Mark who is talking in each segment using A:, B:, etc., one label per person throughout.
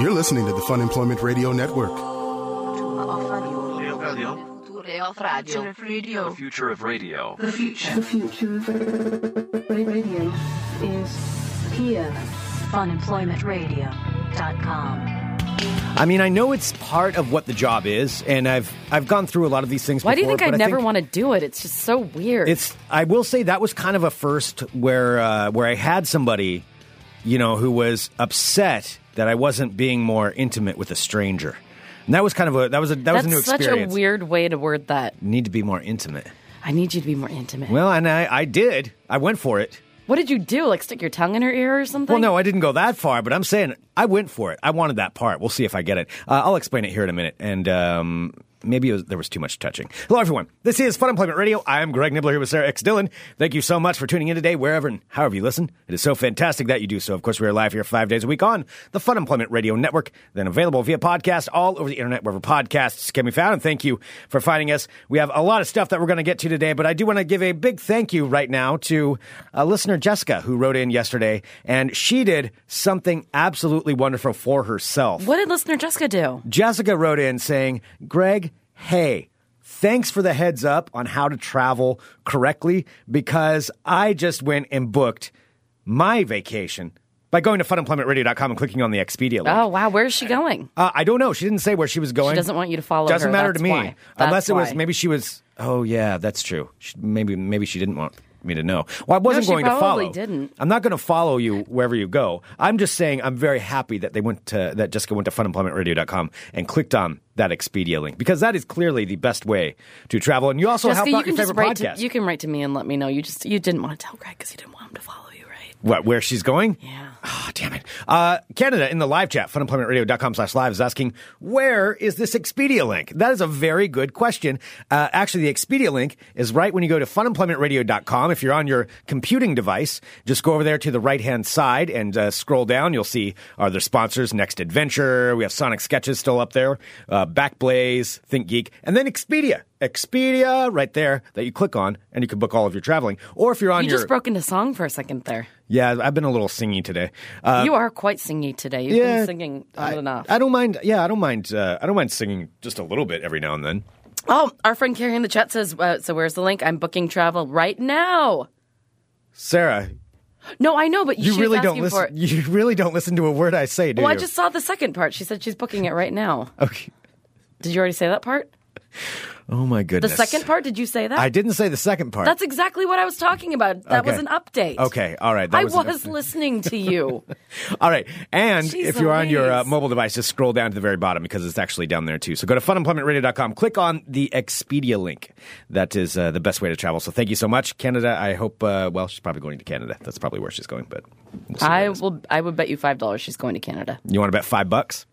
A: You're listening to the Fun Employment Radio Network.
B: Radio.
C: The future of radio.
D: The future of radio is here.
B: Funemploymentradio.com.
E: I mean, I know it's part of what the job is, and I've I've gone through a lot of these things.
F: Why do you
E: before,
F: think I
E: but
F: never want to do it? It's just so weird.
E: It's. I will say that was kind of a first where uh, where I had somebody, you know, who was upset that I wasn't being more intimate with a stranger, and that was kind of a that was a that was
F: That's
E: a new
F: such
E: experience.
F: a weird way to word that.
E: Need to be more intimate.
F: I need you to be more intimate.
E: Well, and I I did. I went for it.
F: what did you do? Like stick your tongue in her ear or something?
E: Well, no, I didn't go that far, but I'm saying I went for it. I wanted that part. We'll see if I get it. Uh, I'll explain it here in a minute, and um, maybe it was, there was too much touching. Hello, everyone. This is Fun Employment Radio. I am Greg Nibbler here with Sarah X Dillon. Thank you so much for tuning in today, wherever and however you listen. It is so fantastic that you do so. Of course, we are live here five days a week on the Fun Employment Radio Network, then available via podcast all over the internet wherever podcasts can be found. And thank you for finding us. We have a lot of stuff that we're going to get to today, but I do want to give a big thank you right now to uh, listener Jessica who wrote in yesterday, and she did something absolutely wonderful for herself.
F: What did listener Jessica do?
E: Jessica wrote in saying, Greg, hey, thanks for the heads up on how to travel correctly because I just went and booked my vacation by going to funemploymentradio.com and clicking on the Expedia link.
F: Oh wow, where is she going?
E: Uh, I don't know. She didn't say where she was going.
F: doesn't want you to follow
E: Doesn't
F: her.
E: matter
F: That's
E: to me.
F: why. That's
E: Unless it was
F: why.
E: maybe she was. Oh yeah, that's true. She, maybe maybe she didn't want me to know. Well, I wasn't
F: she
E: going to
F: probably
E: follow.
F: didn't.
E: I'm not going to follow you wherever you go. I'm just saying I'm very happy that they went to that Jessica went to funemploymentradio.com and clicked on that Expedia link because that is clearly the best way to travel. And you also
F: Jessica,
E: help out
F: you can
E: your
F: just
E: favorite
F: write
E: podcast.
F: to you can write to me and let me know. You just you didn't want to tell Greg because you didn't want him to follow you, right?
E: What, where she's going?
F: Yeah.
E: Oh, damn it. Uh, Canada in the live chat, funemploymentradio.com slash live is asking, where is this Expedia link? That is a very good question. Uh, actually, the Expedia link is right when you go to funemploymentradio.com. If you're on your computing device, just go over there to the right hand side and uh, scroll down. You'll see our other sponsors, Next Adventure. We have Sonic Sketches still up there, uh, Backblaze, Think Geek, and then Expedia. Expedia right there that you click on and you can book all of your traveling. Or if you're on
F: You
E: your
F: just broke into song for a second there.
E: yeah, I've been a little singy today. Uh,
F: you are quite singy today. You've
E: yeah,
F: been singing on
E: I,
F: and off.
E: I don't mind. Yeah, I don't mind. Uh, I don't mind singing just a little bit every now and then.
F: oh, our friend Carrie in the chat says, uh, "So where's the link? I'm booking travel right now."
E: Sarah,
F: No, I know, but
E: you
F: she was
E: really don't
F: asking for
E: listen.
F: it.
E: You really don't listen to a word I say, do
F: Well, Oh, I
E: you?
F: just saw the second part. She said she's booking it right now.
E: Okay.
F: Did you already say that part?
E: Oh my
F: The
E: goodness.
F: second part? Did you say that?
E: I didn't say the second part.
F: That's exactly what I was talking about. That was
E: Okay.
F: an update.
E: Okay, all right, that
F: I
E: was
F: was,
E: an update.
F: listening to you.
E: All right. And
F: Jeez
E: if you're on your uh,
F: Louise.
E: mobile device, just scroll down to the very bottom because it's actually down there too. So go to funemploymentradio.com, click on the Expedia link. That is uh, the best way to travel. So thank you so much, Canada. I hope, uh, well, she's probably going to Canada. That's probably where she's going, but we'll see where
F: I
E: it is.
F: will. I would bet you five dollars she's going to Canada.
E: You want to bet five bucks?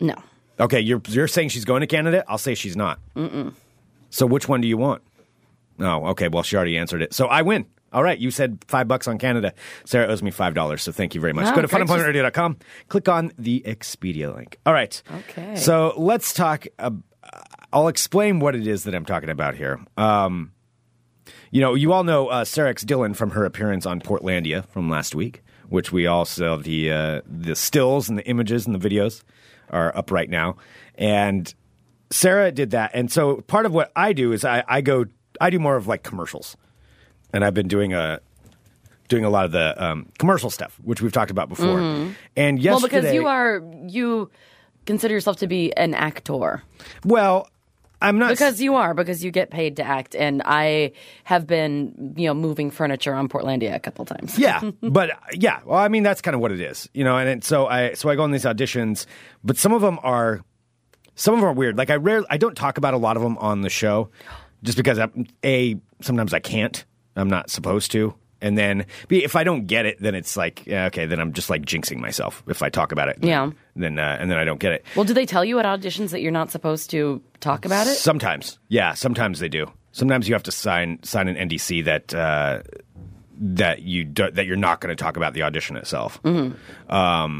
F: No,
E: Okay, you're you're saying she's going to Canada. I'll say she's not. Mm-mm. So which one do you want? Oh, okay. Well, she already answered it. So I win. All right, you said five bucks on Canada. Sarah owes me five dollars, so thank you very much.
F: Wow,
E: Go to
F: Greg's just-
E: funemploymentradio.com, click on the Expedia link. All right.
F: Okay.
E: So let's talk. ab- uh, I'll explain what it is that I'm talking about here. Um, you know, you all know uh, Sarah X Dillon from her appearance on Portlandia from last week, which we all saw the uh, the stills and the images and the videos are up right now. And Sarah did that, and so part of what I do is I, I go I do more of like commercials, and I've been doing a doing a lot of the um, commercial stuff, which we've talked about before. And yesterday,
F: Mm-hmm. well, because you are you consider yourself to be an actor
E: well, I'm not
F: because you are because you get paid to act, and I have been you know moving furniture on Portlandia a couple times.
E: yeah, but uh, yeah. Well, I mean, that's kind of what it is, you know. And, and so I so I go on these auditions, but some of them are some of them are weird. Like I rarely I don't talk about a lot of them on the show, just because I, a sometimes I can't. I'm not supposed to. And then B, if I don't get it, then it's like yeah, okay, then I'm just like jinxing myself if I talk about it.
F: Yeah.
E: Then uh, and then I don't get it.
F: Well, do they tell you at auditions that you're not supposed to talk about it?
E: Sometimes, yeah, sometimes they do. Sometimes you have to sign sign an NDC that uh, that you do, that you're not going to talk about the audition itself. Um,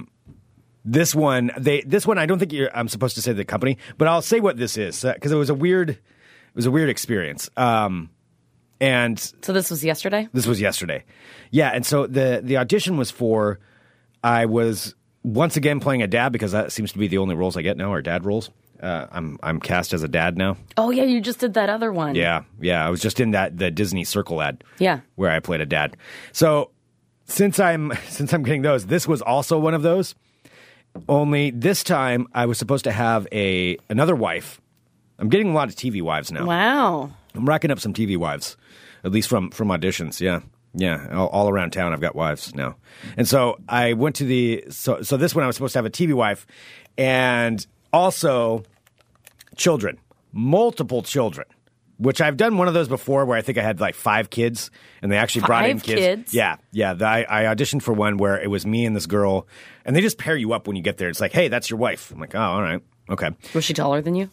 E: this one, they this one, I don't think you're, I'm supposed to say the company, but I'll say what this is because it was a weird it was a weird experience. Um, and
F: So this was yesterday.
E: this was yesterday. Yeah, and so the the audition was for I was once again playing a dad because that seems to be the only roles I get now are dad roles. Uh, I'm I'm cast as a dad now.
F: Oh yeah, you just did that other one.
E: Yeah, yeah. I was just in that the Disney Circle ad.
F: Yeah.
E: where I played a dad. So since I'm since I'm getting those, this was also one of those. Only this time I was supposed to have a another wife. I'm getting a lot of TV wives now.
F: Wow.
E: I'm racking up some TV wives, at least from from auditions. Yeah, yeah, all, all around town. I've got wives now, and so I went to the so so this one I was supposed to have a TV wife, and also children, multiple children. Which I've done one of those before, where I think I had like five kids, and they actually brought in
F: Five
E: kids.
F: kids?
E: Yeah, yeah. The- I, I auditioned for one where it was me and this girl, and they just pair you up when you get there. It's like, hey, that's your wife. I'm like, oh, all right, okay.
F: Was she taller than you?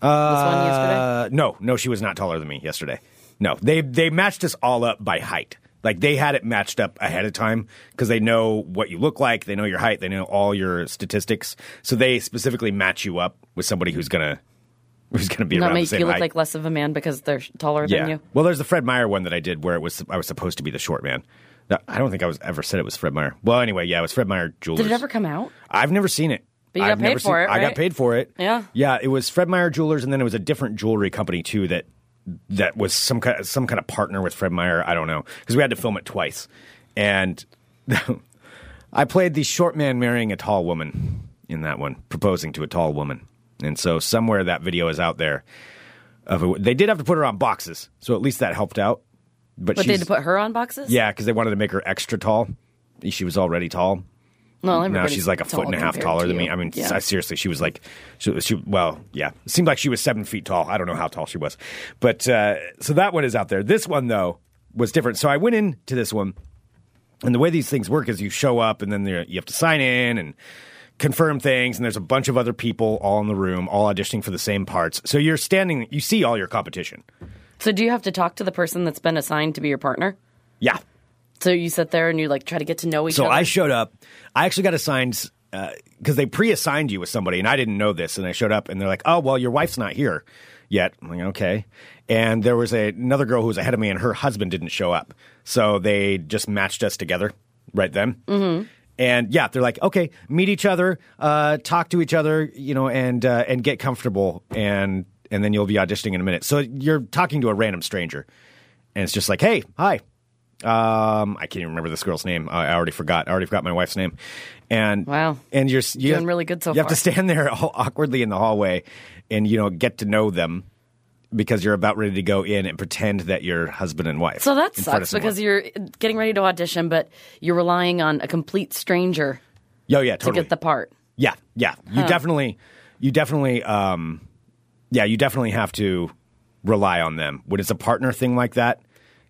F: Uh, this one yesterday.
E: Uh, no, no, she was not taller than me yesterday. No, they they matched us all up by height. Like they had it matched up ahead of time because they know what you look like, they know your height, they know all your statistics. So they specifically match you up with somebody who's gonna who's gonna be
F: Not
E: around the
F: make
E: same
F: you look
E: height.
F: like less of a man because they're sh- taller
E: yeah.
F: than you.
E: Well, there's the Fred Meyer one that I did where it was I was supposed to be the short man. That- I don't think I was ever said it was Fred Meyer. Well, anyway, yeah, it was Fred Meyer Jewelers.
F: Did it ever come out?
E: I've never seen it.
F: But you got
E: I've never
F: paid for
E: seen-
F: it,
E: I got
F: right?
E: paid for it.
F: Yeah.
E: Yeah. It was Fred Meyer Jewelers, and then it was a different jewelry company too that that was some kind some kind of partner with Fred Meyer. I don't know because we had to film it twice, and I played the short man marrying a tall woman in that one, proposing to a tall woman, and so somewhere that video is out there. Of a, they did have to put her on boxes, so at least that helped out. But,
F: But they
E: she's-
F: had to put her on boxes.
E: yeah, because they wanted to make her extra tall. She was already tall,
F: No,
E: now
F: everybody's
E: she's like a
F: tall
E: foot and a half
F: compared
E: taller
F: to
E: than me.
F: you.
E: I mean,
F: Yeah.
E: I, seriously, she was like, she, she, well, yeah, it seemed like she was seven feet tall. I don't know how tall she was, but uh, so that one is out there. This one though was different. So I went into this one, and the way these things work is you show up, and then there- you have to sign in and confirm things, and there's a bunch of other people all in the room, all auditioning for the same parts. So you're standing, you see all your competition.
F: so do you have to talk to the person that's been assigned to be your partner?
E: Yeah,
F: So you sit there and you like try to get to know each
E: So
F: other.
E: I showed up. I actually got assigned because they pre-assigned you with somebody, and I didn't know this. And I showed up, and they're like, "Oh, well, your wife's not here yet." I'm like, "Okay." And there was a, another girl who was ahead of me, and her husband didn't show up, so they just matched us together right then. Mm-hmm. And yeah, they're like, "Okay, meet each other, uh, talk to each other, you know, and uh, and get comfortable, and and then you'll be auditioning in a minute." So you're talking to a random stranger, and it's just like, "Hey, hi." um, I can't even remember this girl's name. I I already forgot. I already forgot my wife's name. And
F: Wow.
E: and you're s- you
F: Doing
E: have-
F: really good so
E: You have to
F: far.
E: stand there all awkwardly in the hallway, and you know get to know them because you're about ready to go in and pretend that you're husband and wife.
F: so that
E: in front of
F: sucks because
E: someone.
F: you're getting ready to audition, but you're relying on a complete stranger
E: yo yeah
F: to
E: totally
F: get the part.
E: yeah yeah you definitely you definitely um yeah you definitely have to rely on them when it's a partner thing like that.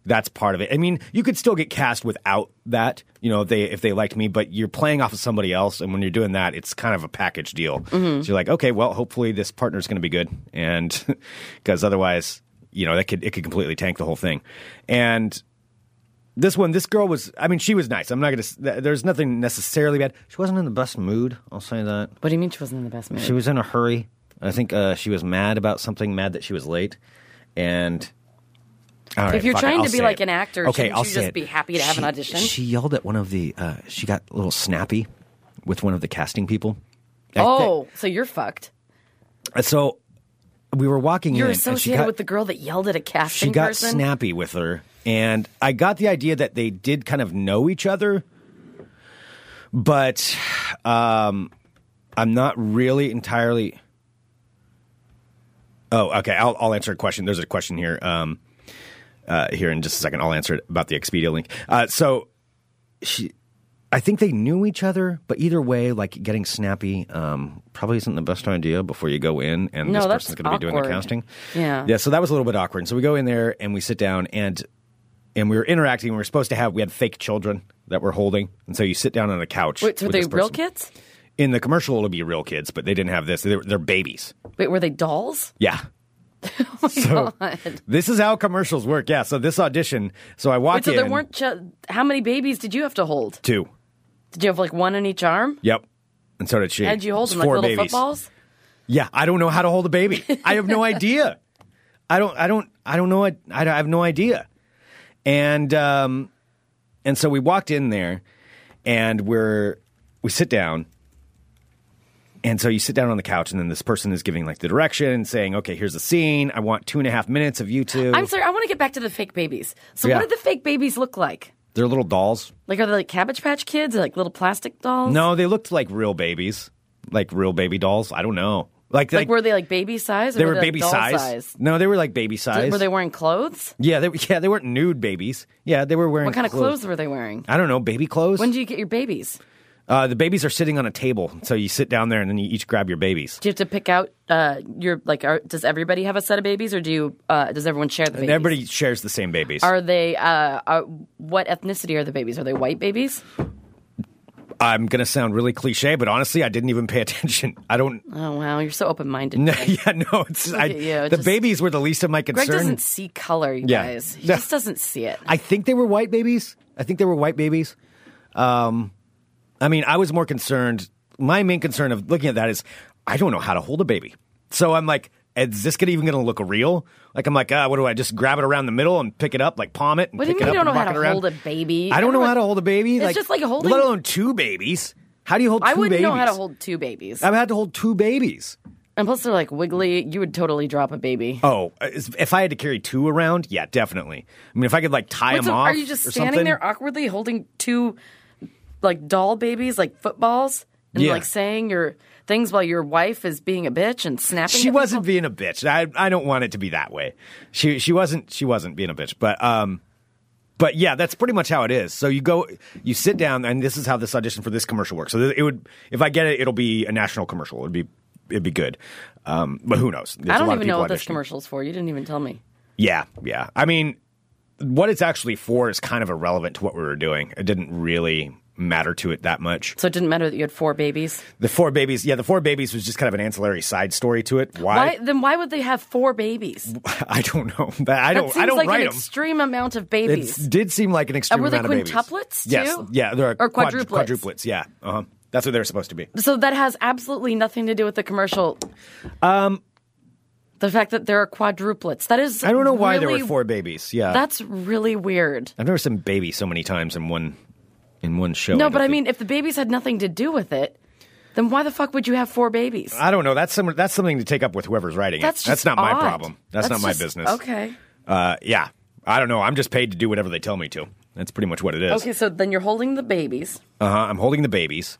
E: That's part of it. I mean, you could still get cast without that, you know, if they if they liked me, but you're playing off of somebody else, and when you're doing that, it's kind of a package deal. So you're like, okay, well, hopefully this partner's going to be good, and because otherwise, you know, that could it could completely tank the whole thing. And this one, this girl was, I mean, she was nice. I'm not going to. There's nothing necessarily bad. She wasn't in the best mood. I'll say that.
F: What do you mean she wasn't in the best mood?
E: She was in a hurry. I think uh, she was mad about something, mad that she was late. And All right,
F: you're
E: fuck it,
F: trying
E: I'll
F: to be
E: say
F: like
E: it.
F: an actor,
E: okay,
F: shouldn't
E: I'll
F: you
E: say
F: just
E: it.
F: be happy to have an
E: She-
F: audition?
E: She yelled at one of the. Uh, she got a little snappy with one of the casting people. I
F: oh, so you're fucked.
E: thi- so we were walking
F: You're
E: in. and she
F: associated
E: got,
F: with the girl that yelled at a casting
E: she got
F: person.
E: snappy with her and i got the idea that they did kind of know each other but um i'm not really entirely oh okay i'll, I'll answer a question there's a question here um uh, here in just a second i'll answer it about the expedia link uh, so she I think they knew each other, but either way, like getting snappy um, probably isn't the best idea before you go in and
F: No,
E: this
F: that's
E: person's going to be doing the
F: awkward.
E: casting.
F: Yeah.
E: Yeah, so that was a little bit awkward. And so we go in there and we sit down and and we were interacting. We were supposed to have we had fake children that we're holding. And so you sit down on a couch.
F: Wait, so were
E: with
F: they
E: this
F: real
E: person.
F: kids?
E: In the commercial it'll be real kids, but they didn't have this. They're, they're babies.
F: Wait, were they dolls?
E: Yeah.
F: Oh
E: so this is how commercials work. Yeah. So this audition. So I
F: Wait,
E: walked
F: so there
E: in
F: weren't. Ch- how many babies did you have to hold?
E: two.
F: Did you have like one in each arm?
E: Yep. And so did she.
F: How'd you hold
E: It's
F: them like
E: four
F: little
E: babies.
F: footballs?
E: Yeah, I don't know how to hold a baby. I have no idea. I don't. I don't. I don't know. What, I, don't- I have no idea. And um, and so we walked in there, and we're we sit down, And so you sit down on the couch, and then this person is giving like the direction and saying, "Okay, here's the scene. I want two and a half minutes of you two.
F: I'm sorry, I want to get back to the fake babies. So,
E: Yeah.
F: what did the fake babies look like?
E: They're little dolls.
F: Like, are they like Cabbage Patch kids or like little plastic dolls?
E: No, they looked like real babies, like real baby dolls. I don't know. Like,
F: Like, were they like baby size? Or
E: they were
F: like,
E: baby
F: doll
E: size. No, they were like baby size.
F: Were they wearing clothes?
E: yeah, they, yeah, they weren't nude babies. Yeah, they were wearing
F: What kind of clothes were they wearing?
E: I don't know, baby clothes.
F: When do you get your babies?
E: uh, the babies are sitting on a table, so you sit down there and then you each grab your babies.
F: Do you have to pick out uh, your like? Are, does everybody have a set of babies, or do you? Uh, does everyone share the babies?
E: And everybody shares the same babies.
F: Are they? Uh, are, what ethnicity are the babies? Are they white babies?
E: I'm gonna sound really cliche, but honestly, I didn't even pay attention. I don't.
F: Oh wow, you're so open minded.
E: No, yeah, no. It's I,
F: at you,
E: the
F: just-
E: babies were the least of my concern.
F: Greg doesn't see color, you
E: Yeah.
F: guys. He
E: No.
F: just doesn't see it.
E: I think they were white babies. I think they were white babies. Um, I mean, I was more concerned. My main concern of looking at that is I don't know how to hold a baby. So I'm like, is this gonna even going to look real? Like, I'm like, ah, what do I just grab it around the middle and pick it up, like palm it? And
F: What do you
E: pick
F: mean
E: it
F: you
E: up
F: don't know
E: and rock
F: how to
E: it around?
F: hold a baby?
E: I don't know
F: Everyone-
E: how to hold a baby.
F: It's just like holding-
E: let alone two babies. How do you hold?
F: I
E: two
F: wouldn't know how to
E: babies?
F: hold two babies.
E: I've had to hold two babies.
F: and plus, they're like wiggly. You would totally drop a baby.
E: Oh, is- if I had to carry two around, yeah, definitely. I mean, if I could like tie
F: Wait,
E: them
F: so
E: off,
F: are you just
E: or
F: standing
E: something.
F: there awkwardly holding two like doll babies, like footballs, and
E: Yeah.
F: like saying your things while your wife is being a bitch and snapping?
E: She
F: at
E: wasn't being a bitch. I I don't want it to be that way. She she wasn't she wasn't being a bitch. But um, but yeah, that's pretty much how it is. So you go, you sit down, and this is how this audition for this commercial works. So it would if I get it, it'll be a national commercial. It'd be it'd be good. Um, but who knows? There's
F: people. I
E: a lot
F: don't
E: of
F: even know
E: people
F: what this
E: auditioning.
F: commercial's for. You didn't even tell me.
E: Yeah, yeah. I mean, what it's actually for is kind of irrelevant to what we were doing. It didn't really matter to it that much.
F: So it didn't matter that you had four babies.
E: The four babies, yeah, the four babies was just kind of an ancillary side story to it.
F: Why
E: Why?
F: then? Why would they have four babies?
E: I don't know. I
F: That
E: don't.
F: seems
E: I don't
F: like
E: write
F: an
E: them.
F: extreme amount of
E: It
F: babies.
E: did seem like an extreme
F: Uh, were they
E: amount of babies.
F: quintuplets,
E: Yes,
F: too?
E: yeah, they're
F: Or
E: quad-
F: quadruplets?
E: quadruplets, yeah, uh-huh. that's what they're supposed to be.
F: So that has absolutely nothing to do with the commercial. Um, the fact that there are quadruplets. That is.
E: I don't know why there
F: really-
E: were four babies. Yeah,
F: That's really weird.
E: I've never seen baby so many times in one in one show.
F: No,
E: don't
F: but I
E: think.
F: mean, if the babies had nothing to do with it, then why the fuck would you have four babies?
E: I don't know. That's some, that's something to take up with whoever's writing
F: That's
E: it.
F: just
E: That's not my
F: odd.
E: problem. That's, not my
F: just-
E: business.
F: Okay.
E: Uh, yeah, I don't know. I'm just paid to do whatever they tell me to. That's pretty much what it is.
F: Okay, so then you're holding the babies.
E: Uh-huh. I'm holding the babies.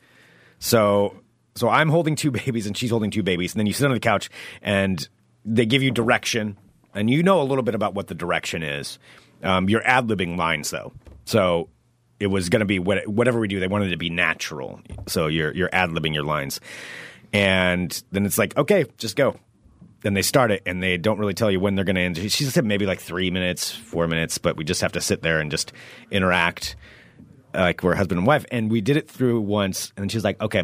E: So so I'm holding two babies and she's holding two babies. And then you sit on the couch and they give you direction. And you know a little bit about what the direction is. Um, you're ad libbing lines though. So it was going to be what, whatever we do, they wanted it to be natural. So you're, you're ad libbing your lines. And then it's like, okay, just go. Then they start it and they don't really tell you when they're going to end. She said maybe like three minutes, four minutes, but we just have to sit there and just interact uh, like we're husband and wife, and we did it through once, and then she was like, "Okay,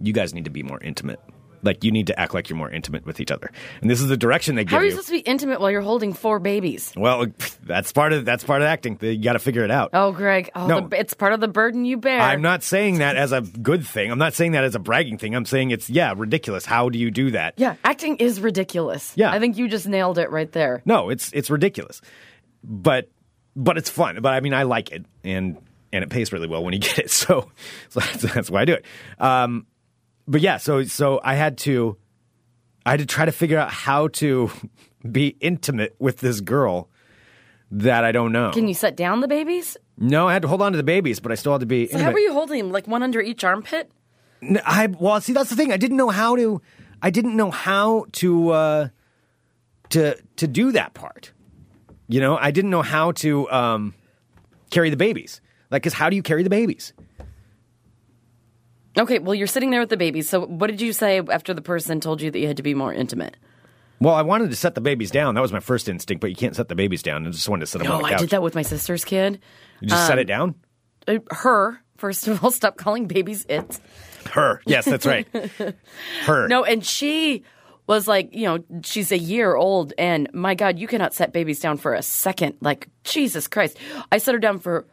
E: you guys need to be more intimate. Like you need to act like you're more intimate with each other." And this is the direction they
F: How
E: give
F: are you
E: you.
F: supposed to be intimate while you're holding four babies?
E: well, that's part of that's part of acting. You got to figure it out.
F: Oh, Greg, oh,
E: No.
F: the, it's part of the burden you bear.
E: I'm not saying that as a good thing. I'm not saying that as a bragging thing. I'm saying it's yeah ridiculous. How do you do that?
F: Yeah, acting is ridiculous.
E: Yeah.
F: I think you just nailed it right there.
E: No, it's it's ridiculous, but but it's fun. But I mean, I like it, and and it pays really well when you get it. So so that's, that's why I do it. Um, but yeah, so so I had to I had to try to figure out how to be intimate with this girl that I don't know.
F: Can you set down the babies?
E: no, I had to hold on to the babies, but I still had to be.
F: So how were you holding them? Like one under each armpit?
E: N- I well, see, that's the thing. I didn't know how to. I didn't know how to uh, to to do that part. You know, I didn't know how to um, carry the babies. Like, cause how do you carry the babies?
F: Okay, well, you're sitting there with the babies. So what did you say after the person told you that you had to be more intimate?
E: Well, I wanted to set the babies down. That was my first instinct, but you can't set the babies down. I just wanted to set them on
F: No,
E: the
F: I
E: couch.
F: did that with my sister's kid.
E: You just set it down.
F: Uh, Her, first of all, stop calling babies it.
E: Her. Yes, that's right. Her.
F: No, and she was like, you know, she's a year old, and my God, you cannot set babies down for a second. Like, Jesus Christ. I set her down for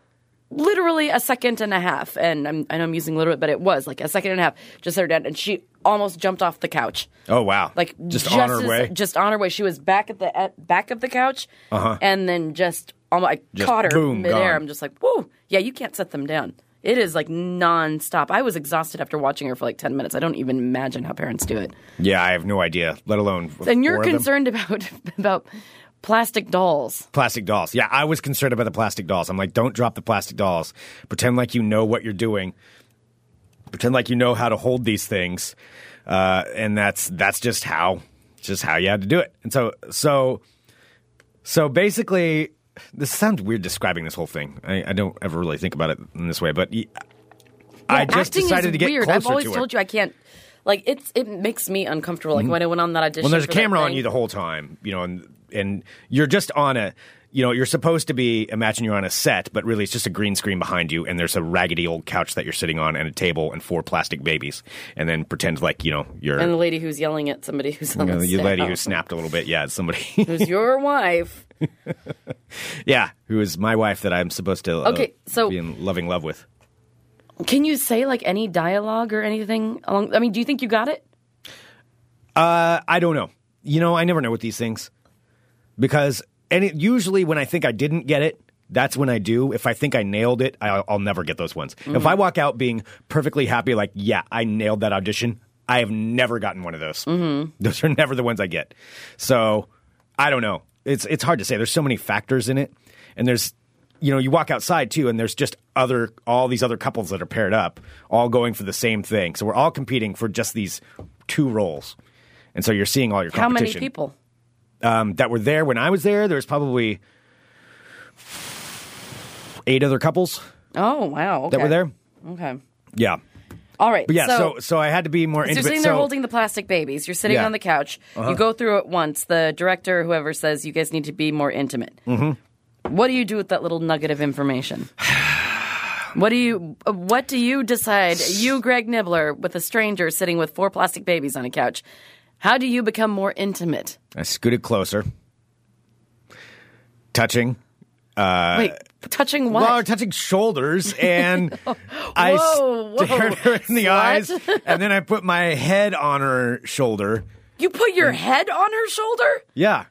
F: literally a second and a half, and I'm, I know I'm using literally, but it was like a second and a half. Just set her down, and she almost jumped off the couch.
E: Oh wow.
F: Like
E: just, on her
F: as-
E: way.
F: just on her way. She was back at the at back of the couch, and then just almost I
E: Uh-huh. Just
F: caught her
E: boom,
F: midair.
E: gone.
F: I'm just like, whoa, yeah, you can't set them down. It is like nonstop. I was exhausted after watching her for like 10 minutes. I don't even imagine how parents do it.
E: Yeah, I have no idea, let alone.
F: And you're
E: four of them.
F: concerned about about plastic dolls.
E: Plastic dolls. Yeah, I was concerned about the plastic dolls. I'm like, don't drop the plastic dolls. Pretend like you know what you're doing. Pretend like you know how to hold these things. Uh, and that's that's just how just how you had to do it. And so so so basically, this sounds weird describing this whole thing. I, I don't ever really think about it in this way, but y- I
F: Yeah,
E: just
F: acting
E: decided
F: is
E: to get
F: weird.
E: closer
F: I've always
E: to her.
F: told you I can't. Like it's it makes me uncomfortable. Like when I went on that audition.
E: Well, there's a
F: for that
E: camera on
F: thing.
E: you the whole time, you know, and and you're just on a, you know, you're supposed to be imagine you're on a set, but really it's just a green screen behind you, and there's a raggedy old couch that you're sitting on and a table and four plastic babies, and then pretend like you know you're
F: and the lady who's yelling at somebody who's on
E: you know,
F: the
E: the lady
F: staff.
E: who snapped a little bit, yeah, it's somebody,
F: who's your wife.
E: yeah, who is my wife that I'm supposed to uh,
F: Okay, so-
E: be in loving love with.
F: Can you say like any dialogue or anything along? I mean, do you think you got it?
E: I don't know. You know, I never know with these things because and it, usually when I think I didn't get it, that's when I do. If I think I nailed it, I'll, I'll never get those ones. If
F: Mm-hmm.
E: I walk out being perfectly happy, like yeah, I nailed that audition, I have never gotten one of those. Mm-hmm. Those are never the ones I get. So I don't know. It's it's hard to say. There's so many factors in it, and there's you know you walk outside too, and there's just other all these other couples that are paired up, all going for the same thing. So we're all competing for just these two roles. And so you're seeing all your
F: How
E: competition
F: many people?
E: um, that were there when I was there. There was probably eight other couples
F: Oh wow, okay.
E: that were there.
F: Okay,
E: Yeah,
F: all right.
E: but yeah. So
F: so
E: so, I had to be more
F: So you're
E: intimate.
F: sitting there holding the plastic babies. You're sitting
E: Yeah. Uh-huh.
F: on the couch. You go through it once. The director, whoever, says you guys need to be more intimate.
E: Mm-hmm.
F: What do you do with that little nugget of information? What do you? uh, What do you decide? You, Greg Nibbler, with a stranger sitting with four plastic babies on a couch. How do you become more intimate?
E: I scooted closer, touching.
F: Wait, touching what?
E: Uh, Well, we're touching shoulders, and I
F: Whoa, whoa,
E: stared her in the
F: slut.
E: eyes, and then I put my head on her shoulder.
F: you put
E: Mm.
F: your head on her shoulder?
E: Yeah,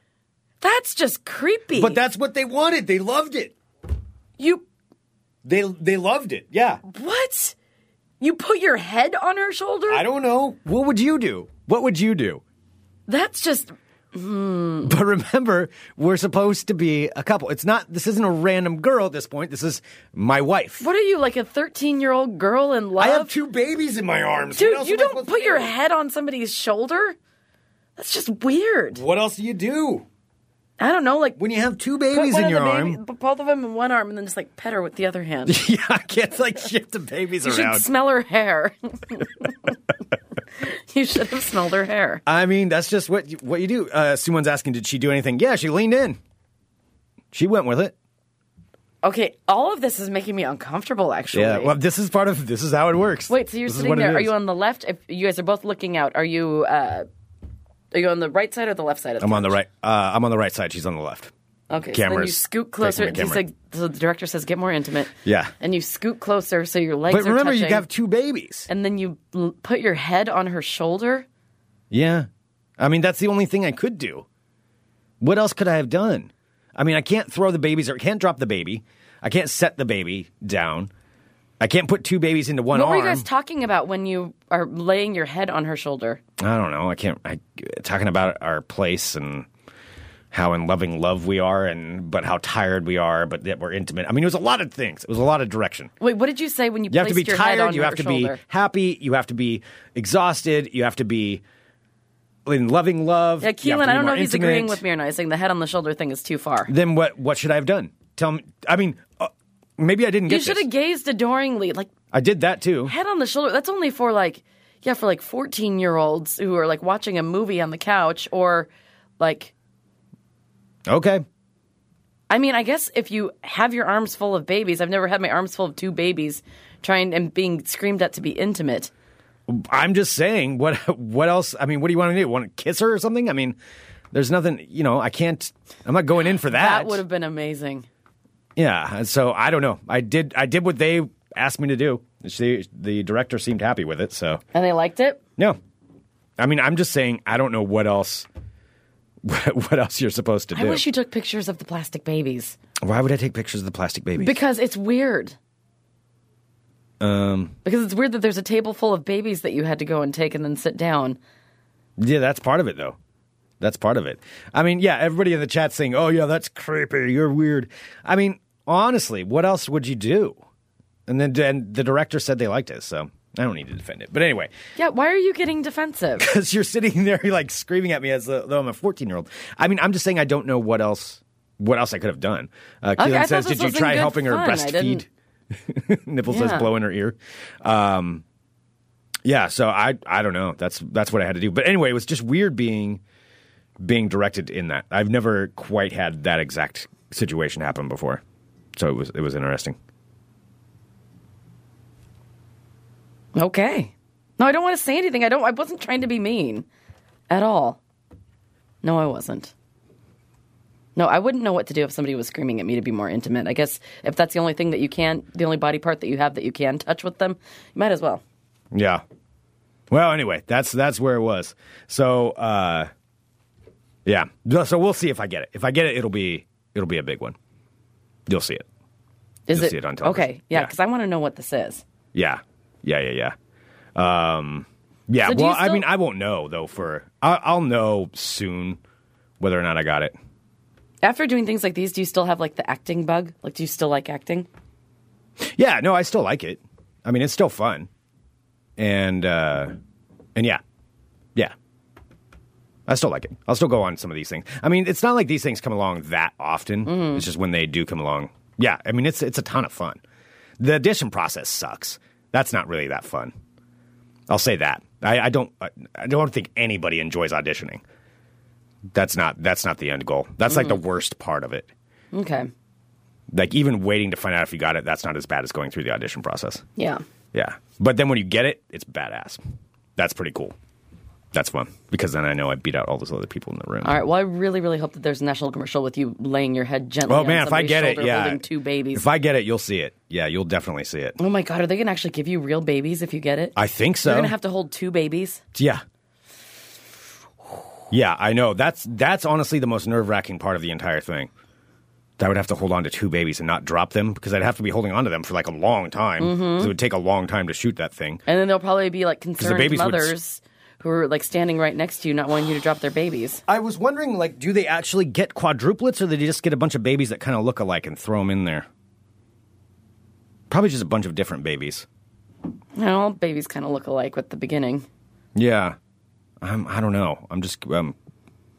F: That's just creepy.
E: but that's what they wanted. They loved it.
F: you
E: They they loved it. Yeah.
F: what? You put your head on her shoulder?
E: I don't know. What would you do? What would you do?
F: That's just
E: But remember, we're supposed to be a couple. It's not. This isn't a random girl at this point. This is my wife.
F: What are you, like a 13 year old girl in love?
E: I have two babies in my arms. What
F: Dude,
E: else
F: you
E: am I
F: don't
E: supposed
F: put
E: to
F: your
E: do?
F: head on somebody's shoulder? That's just weird.
E: What else do you do
F: I don't know, like.
E: when you have two
F: put
E: babies in
F: one of
E: your
F: the
E: arm?
F: baby- b- both of them in one arm and then just like pet her with the other hand. You
E: yeah, I can't like shift the babies
F: should
E: around.
F: smell her hair. you should have smelled her hair.
E: I mean, that's just what you, what you do. Uh, someone's asking, did she do anything? Yeah, she leaned in. She went with it.
F: Okay, all of this is making me uncomfortable actually.
E: Yeah. Well, this is part of this is how it works.
F: Wait, so you're
E: This is
F: sitting
E: what it
F: there. Are
E: is.
F: you on the left? If you guys are both looking out, are you uh, are you on the right side or the left side of the
E: I'm on the right. Uh, I'm on the right side. She's on the left.
F: Okay, so then you
E: Cameras.
F: scoot
E: Facing the
F: closer. He
E: camera.
F: said, so the director says, get more intimate.
E: Yeah.
F: And you scoot closer so your legs
E: But
F: are
E: remember,
F: touching.
E: you have two babies.
F: and then you l- put your head on her shoulder.
E: Yeah. I mean, that's the only thing I could do. What else could I have done? I mean, I can't throw the babies or I can't drop the baby. I can't set the baby down. I can't put two babies into one
F: What were
E: arm.
F: you guys talking about when you are laying your head on her shoulder?
E: I don't know. I can't. I talking about our place and how in loving love we are, and but how tired we are, but that we're intimate. I mean, it was a lot of things. It was a lot of direction.
F: Wait, what did you say when you,
E: You have
F: placed
E: to be
F: your head on
E: tired. You
F: her
E: have to
F: shoulder?
E: be happy. You have to be exhausted. You have to be in loving love.
F: Yeah,
E: you have
F: Keelan,
E: to be
F: I don't know
E: more
F: if he's
E: intimate.
F: agreeing with me or not. He's saying the head on the shoulder thing is too far.
E: then what what should I have done? Tell me. I mean, uh, maybe I didn't get
F: you should
E: this.
F: have gazed adoringly, like
E: I did that too.
F: head on the shoulder. That's only for like, yeah, for like 14 year olds who are like watching a movie on the couch or like.
E: Okay.
F: I mean, I guess if you have your arms full of babies, I've never had my arms full of two babies trying and being screamed at to be intimate.
E: I'm just saying what what else? I mean, what do you want to do? Want to kiss her or something? I mean, there's nothing, you know, I can't I'm not going in for that.
F: That would have been amazing.
E: yeah, and so I don't know. I did I did what they asked me to do. She, the director seemed happy with it, so
F: And they liked it?
E: no. I mean, I'm just saying I don't know what else what, what else you're supposed to
F: I
E: do.
F: wish you took pictures of the plastic babies
E: Why would I take pictures of the plastic baby?
F: because it's weird. Because it's weird that there's a table full of babies that you had to go and take and then sit down.
E: Yeah, that's part of it, though. That's part of it. I mean, yeah, everybody in the chat saying, "Oh, yeah, that's creepy. You're weird." I mean, honestly, what else would you do? And then and the director said they liked it, so I don't need to defend it. But anyway,
F: Yeah, why are you getting defensive?
E: because you're sitting there, you're like screaming at me as though I'm a 14 year old. I mean, I'm just saying I don't know what else what else I could have done. Uh,
F: Okay, I
E: Keelan
F: thought
E: says,
F: this
E: "Did you
F: was in
E: try
F: good
E: helping her
F: fun. I
E: breastfeed?"
F: didn't-
E: Nipple says,
F: Yeah.
E: "Blow in her ear." Um, yeah, so I I don't know. That's that's what I had to do. But anyway, it was just weird being being directed in that. I've never quite had that exact situation happen before, so it was it was interesting.
F: Okay. No, I don't want to say anything. I don't I wasn't trying to be mean at all. No, I wasn't. No, I wouldn't know what to do if somebody was screaming at me to be more intimate. I guess if that's the only thing that you can, the only body part that you have that you can touch with them, you might as well.
E: Yeah. Well, anyway, that's that's where it was. So, uh, yeah. So we'll see if I get it. If I get it, it'll be it'll be a big one. You'll see it.
F: Is
E: You'll see it on television.
F: Okay, yeah,
E: Yeah.
F: because I want to know what this is.
E: Yeah. Yeah. Yeah. Yeah. Um, yeah.
F: So do you
E: well, I
F: still-
E: mean, I won't know though. For I, I'll know soon whether or not I got it.
F: After doing things like these, do you still have like the acting bug? Like, do you still like acting?
E: Yeah. No, I still like it. I mean, it's still fun. And uh, and yeah, yeah. I still like it. I'll still go on some of these things. I mean, it's not like these things come along that often. It's just when they do come along. Yeah, I mean, it's it's a ton of fun. The audition process sucks. That's not really that fun. I'll say that. I, I don't. I, I don't think anybody enjoys auditioning. That's not. That's not the end goal. That's like the worst part of it.
F: Okay,
E: Like even waiting to find out if you got it. That's not as bad as going through the audition process.
F: yeah.
E: Yeah. But then when you get it, it's badass. That's pretty cool. That's fun because then I know I beat out all those other people in the room.
F: All right. Well, I really, really hope that there's a national commercial with you laying your head gently.
E: Oh
F: on
E: man, if I
F: somebody's
E: get it,
F: shoulder
E: yeah.
F: holding two babies.
E: If I get it, you'll see it. Yeah, you'll definitely see it.
F: oh my god, are they gonna actually give you real babies if you get it?
E: I think so.
F: You're gonna have to hold two babies.
E: yeah. Yeah, I know. That's that's honestly the most nerve wracking part of the entire thing. That I would have to hold on to two babies and not drop them because I'd have to be holding on to them for like a long time.
F: Mm-hmm.
E: 'Cause It would take a long time to shoot that thing.
F: And then there'll probably be like concerned
E: babies would s-
F: mothers who are like standing right next to you, not wanting you to drop their babies.
E: I was wondering, like, do they actually get quadruplets, or do they just get a bunch of babies that kind of look alike and throw them in there? Probably just a bunch of different babies.
F: You know, all babies kind of look alike at the beginning.
E: Yeah, I'm. I don't know. I'm just. Um,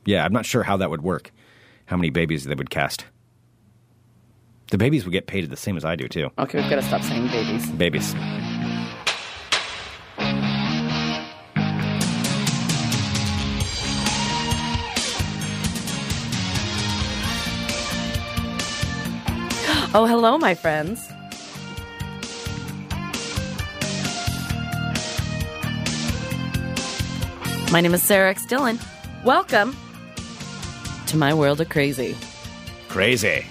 E: yeah, I'm not sure how that would work. How many babies they would cast? The babies would get paid the same as I do too.
F: Okay, we've got to stop saying babies.
E: Babies.
F: Oh, hello, my friends. My name is Sarah X. Dillon. Welcome to my world of crazy.
E: Crazy.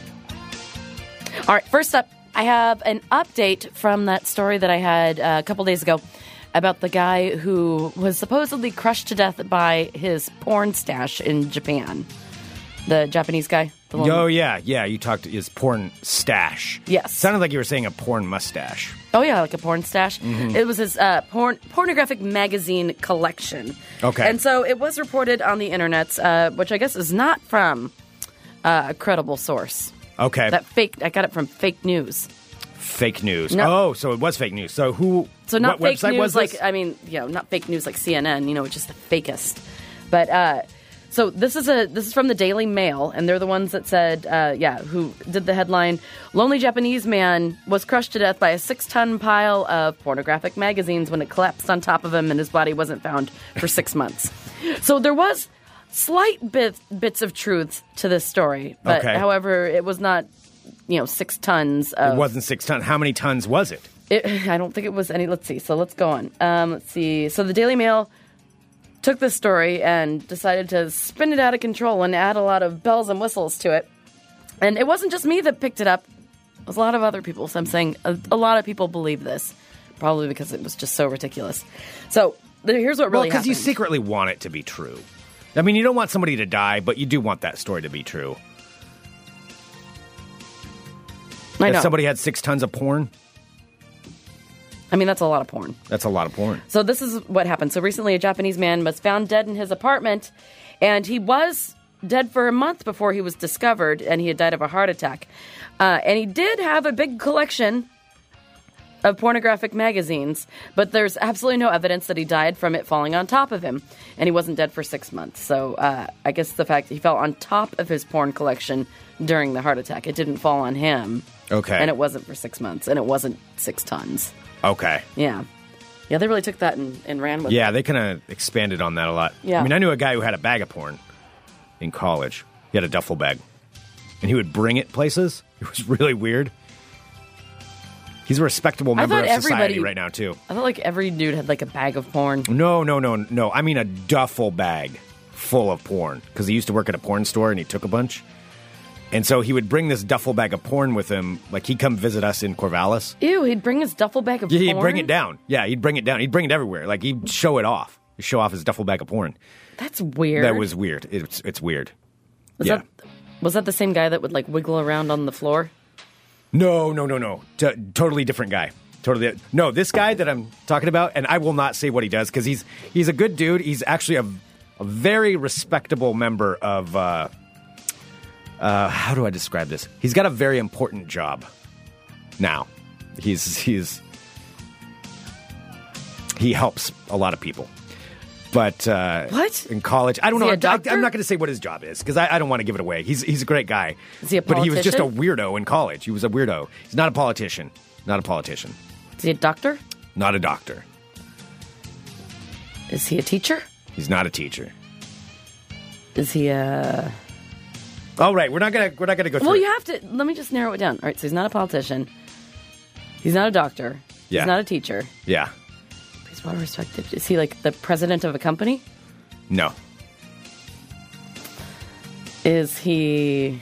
F: All right, first up, I have an update from that story that I had uh, a couple days ago about the guy who was supposedly crushed to death by his porn stash in Japan. The Japanese guy? The one-
E: Oh yeah, yeah. You talked his porn stash.
F: Yes.
E: Sounded like you were saying a porn mustache.
F: Oh yeah, like a porn stash. It was his uh, porn pornographic magazine collection.
E: Okay.
F: and so it was reported on the internet, uh, which I guess is not from uh, a credible source.
E: Okay.
F: That fake, I got it from fake news.
E: fake news.
F: No.
E: Oh, so it was fake news. So who?
F: So not
E: what
F: fake
E: website
F: news,
E: was
F: like
E: this?
F: I mean, you know, not fake news like CNN, you know, which is the fakest. But uh, so this is a this is from the Daily Mail, and they're the ones that said, uh, yeah, who did the headline? Lonely Japanese man was crushed to death by a six ton pile of pornographic magazines when it collapsed on top of him, and his body wasn't found for six months. So there was slight bit, bits of truth to this story, but
E: Okay.
F: however, it was not. You know, six tons of
E: It wasn't six tons. How many tons was it?
F: it, I don't think it was any. Let's see. So let's go on. Um, let's see. So the Daily Mail took this story and decided to spin it out of control and add a lot of bells and whistles to it. And it wasn't just me that picked it up. It was a lot of other people. So I'm saying a, a lot of people believe this, probably because it was just so ridiculous. So the, here's what
E: Well,
F: really
E: you
F: happened.
E: secretly want it to be true. I mean, you don't want somebody to die, but you do want that story to be true.
F: I
E: if
F: know.
E: somebody had six tons of porn,
F: I mean, that's a lot of porn.
E: That's a lot of porn.
F: So this is what happened. So recently, a Japanese man was found dead in his apartment, and he was dead for a month before he was discovered, and he had died of a heart attack. Uh, and he did have a big collection of pornographic magazines, but there's absolutely no evidence that he died from it falling on top of him. And he wasn't dead for six months. So uh, I guess the fact that he fell on top of his porn collection during the heart attack, it didn't fall on him.
E: Okay.
F: And it wasn't for six months, and it wasn't six tons.
E: Okay.
F: Yeah. Yeah, they really took that and, and ran with
E: Yeah,
F: it.
E: they kind of expanded on that a lot.
F: Yeah.
E: I mean, I knew a guy who had a bag of porn in college. He had a duffel bag, and he would bring it places. It was really weird. He's a respectable
F: I
E: member
F: thought
E: of society
F: everybody-
E: right now too.
F: I felt like every dude had like a bag of porn.
E: No, no, no, no. I mean a duffel bag full of porn because he used to work at a porn store and he took a bunch. And so he would bring this duffel bag of porn with him. Like he'd come visit us in Corvallis.
F: Ew, he'd bring his duffel bag of
E: Yeah,
F: porn.
E: he'd bring it down. Yeah, he'd bring it down. He'd bring it everywhere. Like he'd show it off. He'd show off his duffel bag of porn.
F: That's weird.
E: That was weird. It's it's weird.
F: Was
E: yeah.
F: that, was that the same guy that would like wiggle around on the floor?
E: No, no, no, no. T- totally different guy. Totally. No, this guy that I'm talking about, and I will not say what he does because he's he's a good dude. He's actually a, a very respectable member of. Uh, uh, how do I describe this? He's got a very important job now. He's he's he helps a lot of people. But uh,
F: What?
E: in college? I don't know.
F: Is he
E: I-
F: a
E: I,
F: doctor?
E: am not going to say what his job is because I, I don't want to give it away. He's he's a great guy.
F: Is he a
E: But he was just a
F: politician?
E: weirdo in college. He was a weirdo. He's not a politician. Not a politician.
F: Is he a doctor?
E: Not a doctor.
F: Is he a teacher?
E: He's not a teacher.
F: Is he a?
E: All right, we're not gonna we're not gonna go through.
F: Well,
E: it.
F: you have to. Let me just narrow it down. All right, so he's not a politician. He's not a doctor.
E: Yeah.
F: He's not a teacher.
E: yeah.
F: He's well respected. Is he like the president of a company?
E: No.
F: Is he?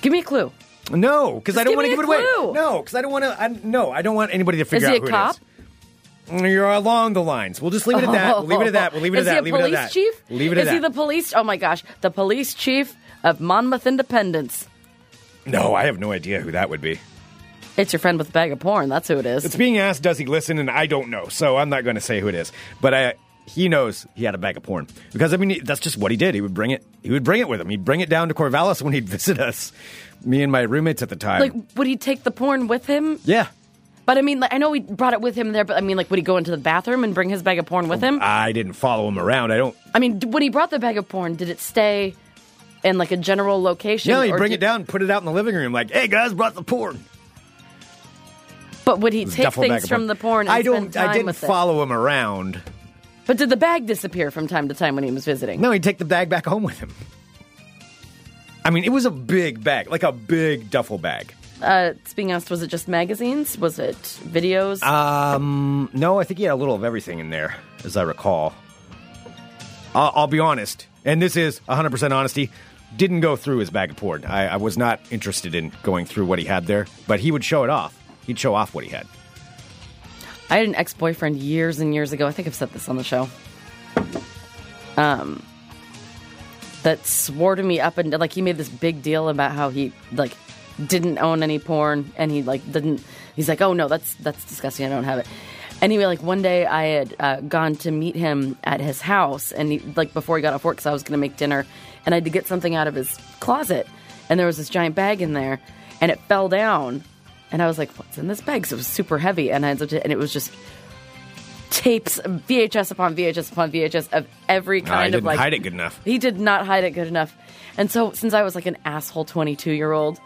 F: Give me a clue.
E: No, because I don't
F: give
E: want to
F: me
E: give it
F: a
E: away.
F: clue.
E: No, because I don't want to. I, no, I don't want anybody to figure
F: he
E: out
F: a
E: who
F: cop?
E: it is. Mm, You're along the lines. We'll just leave it at that. We'll leave it at that. We'll leave it
F: Oh. Is
E: at that.
F: he
E: Leave
F: a
E: it at
F: police
E: that.
F: chief?
E: Leave it
F: Is
E: at
F: he
E: that.
F: the police? Oh my gosh, the police chief of Monmouth Independence.
E: no, I have no idea who that would be.
F: It's your friend with a bag of porn. That's who it is.
E: It's being asked, does he listen? And I don't know, so I'm not going to say who it is. But I, he knows he had a bag of porn because I mean that's just what he did. He would bring it. He would bring it with him. He'd bring it down to Corvallis when he'd visit us. Me and my roommates at the time.
F: like, would he take the porn with him?
E: yeah,
F: But I mean, like, I know we brought it with him there. But I mean, like, would he go into the bathroom and bring his bag of porn with him?
E: Oh, I didn't follow him around. I don't.
F: I mean, d- when he brought the bag of porn, did it stay in like a general location?
E: No, he'd
F: or
E: bring
F: did-
E: it down, put it out in the living room, like, "Hey guys, brought the porn."
F: But would he
E: His
F: take
E: duffel bag
F: things
E: of
F: from the porn? And
E: I don't.
F: Spend time
E: I didn't
F: with it?
E: follow him around.
F: But did the bag disappear from time to time when he was visiting?
E: No, he'd take the bag back home with him. I mean, it was a big bag, like a big duffel bag.
F: Uh, it's being asked, was it just magazines? Was it videos?
E: Um, no, I think he had a little of everything in there, as I recall. I'll, I'll be honest, and this is 100% honesty. Didn't go through his bag of porn. I, I was not interested in going through what he had there, but he would show it off. He'd show off what he had.
F: I had an ex boyfriend years and years ago. I think I've said this on the show. Um, that swore to me up and like he made this big deal about how he like didn't own any porn and he like didn't. He's like, oh no, that's that's disgusting. I don't have it. Anyway, like one day I had uh, gone to meet him at his house and he, like before he got off work because I was gonna make dinner and I had to get something out of his closet and there was this giant bag in there and it fell down and I was like, "What's in this bag?" 'Cause it was super heavy, and I looked at, and it was just tapes, VHS upon VHS upon VHS of every
E: I
F: kind
E: didn't
F: of like.
E: hide it good enough.
F: He did not hide it good enough, and so since I was like an asshole twenty-two year old,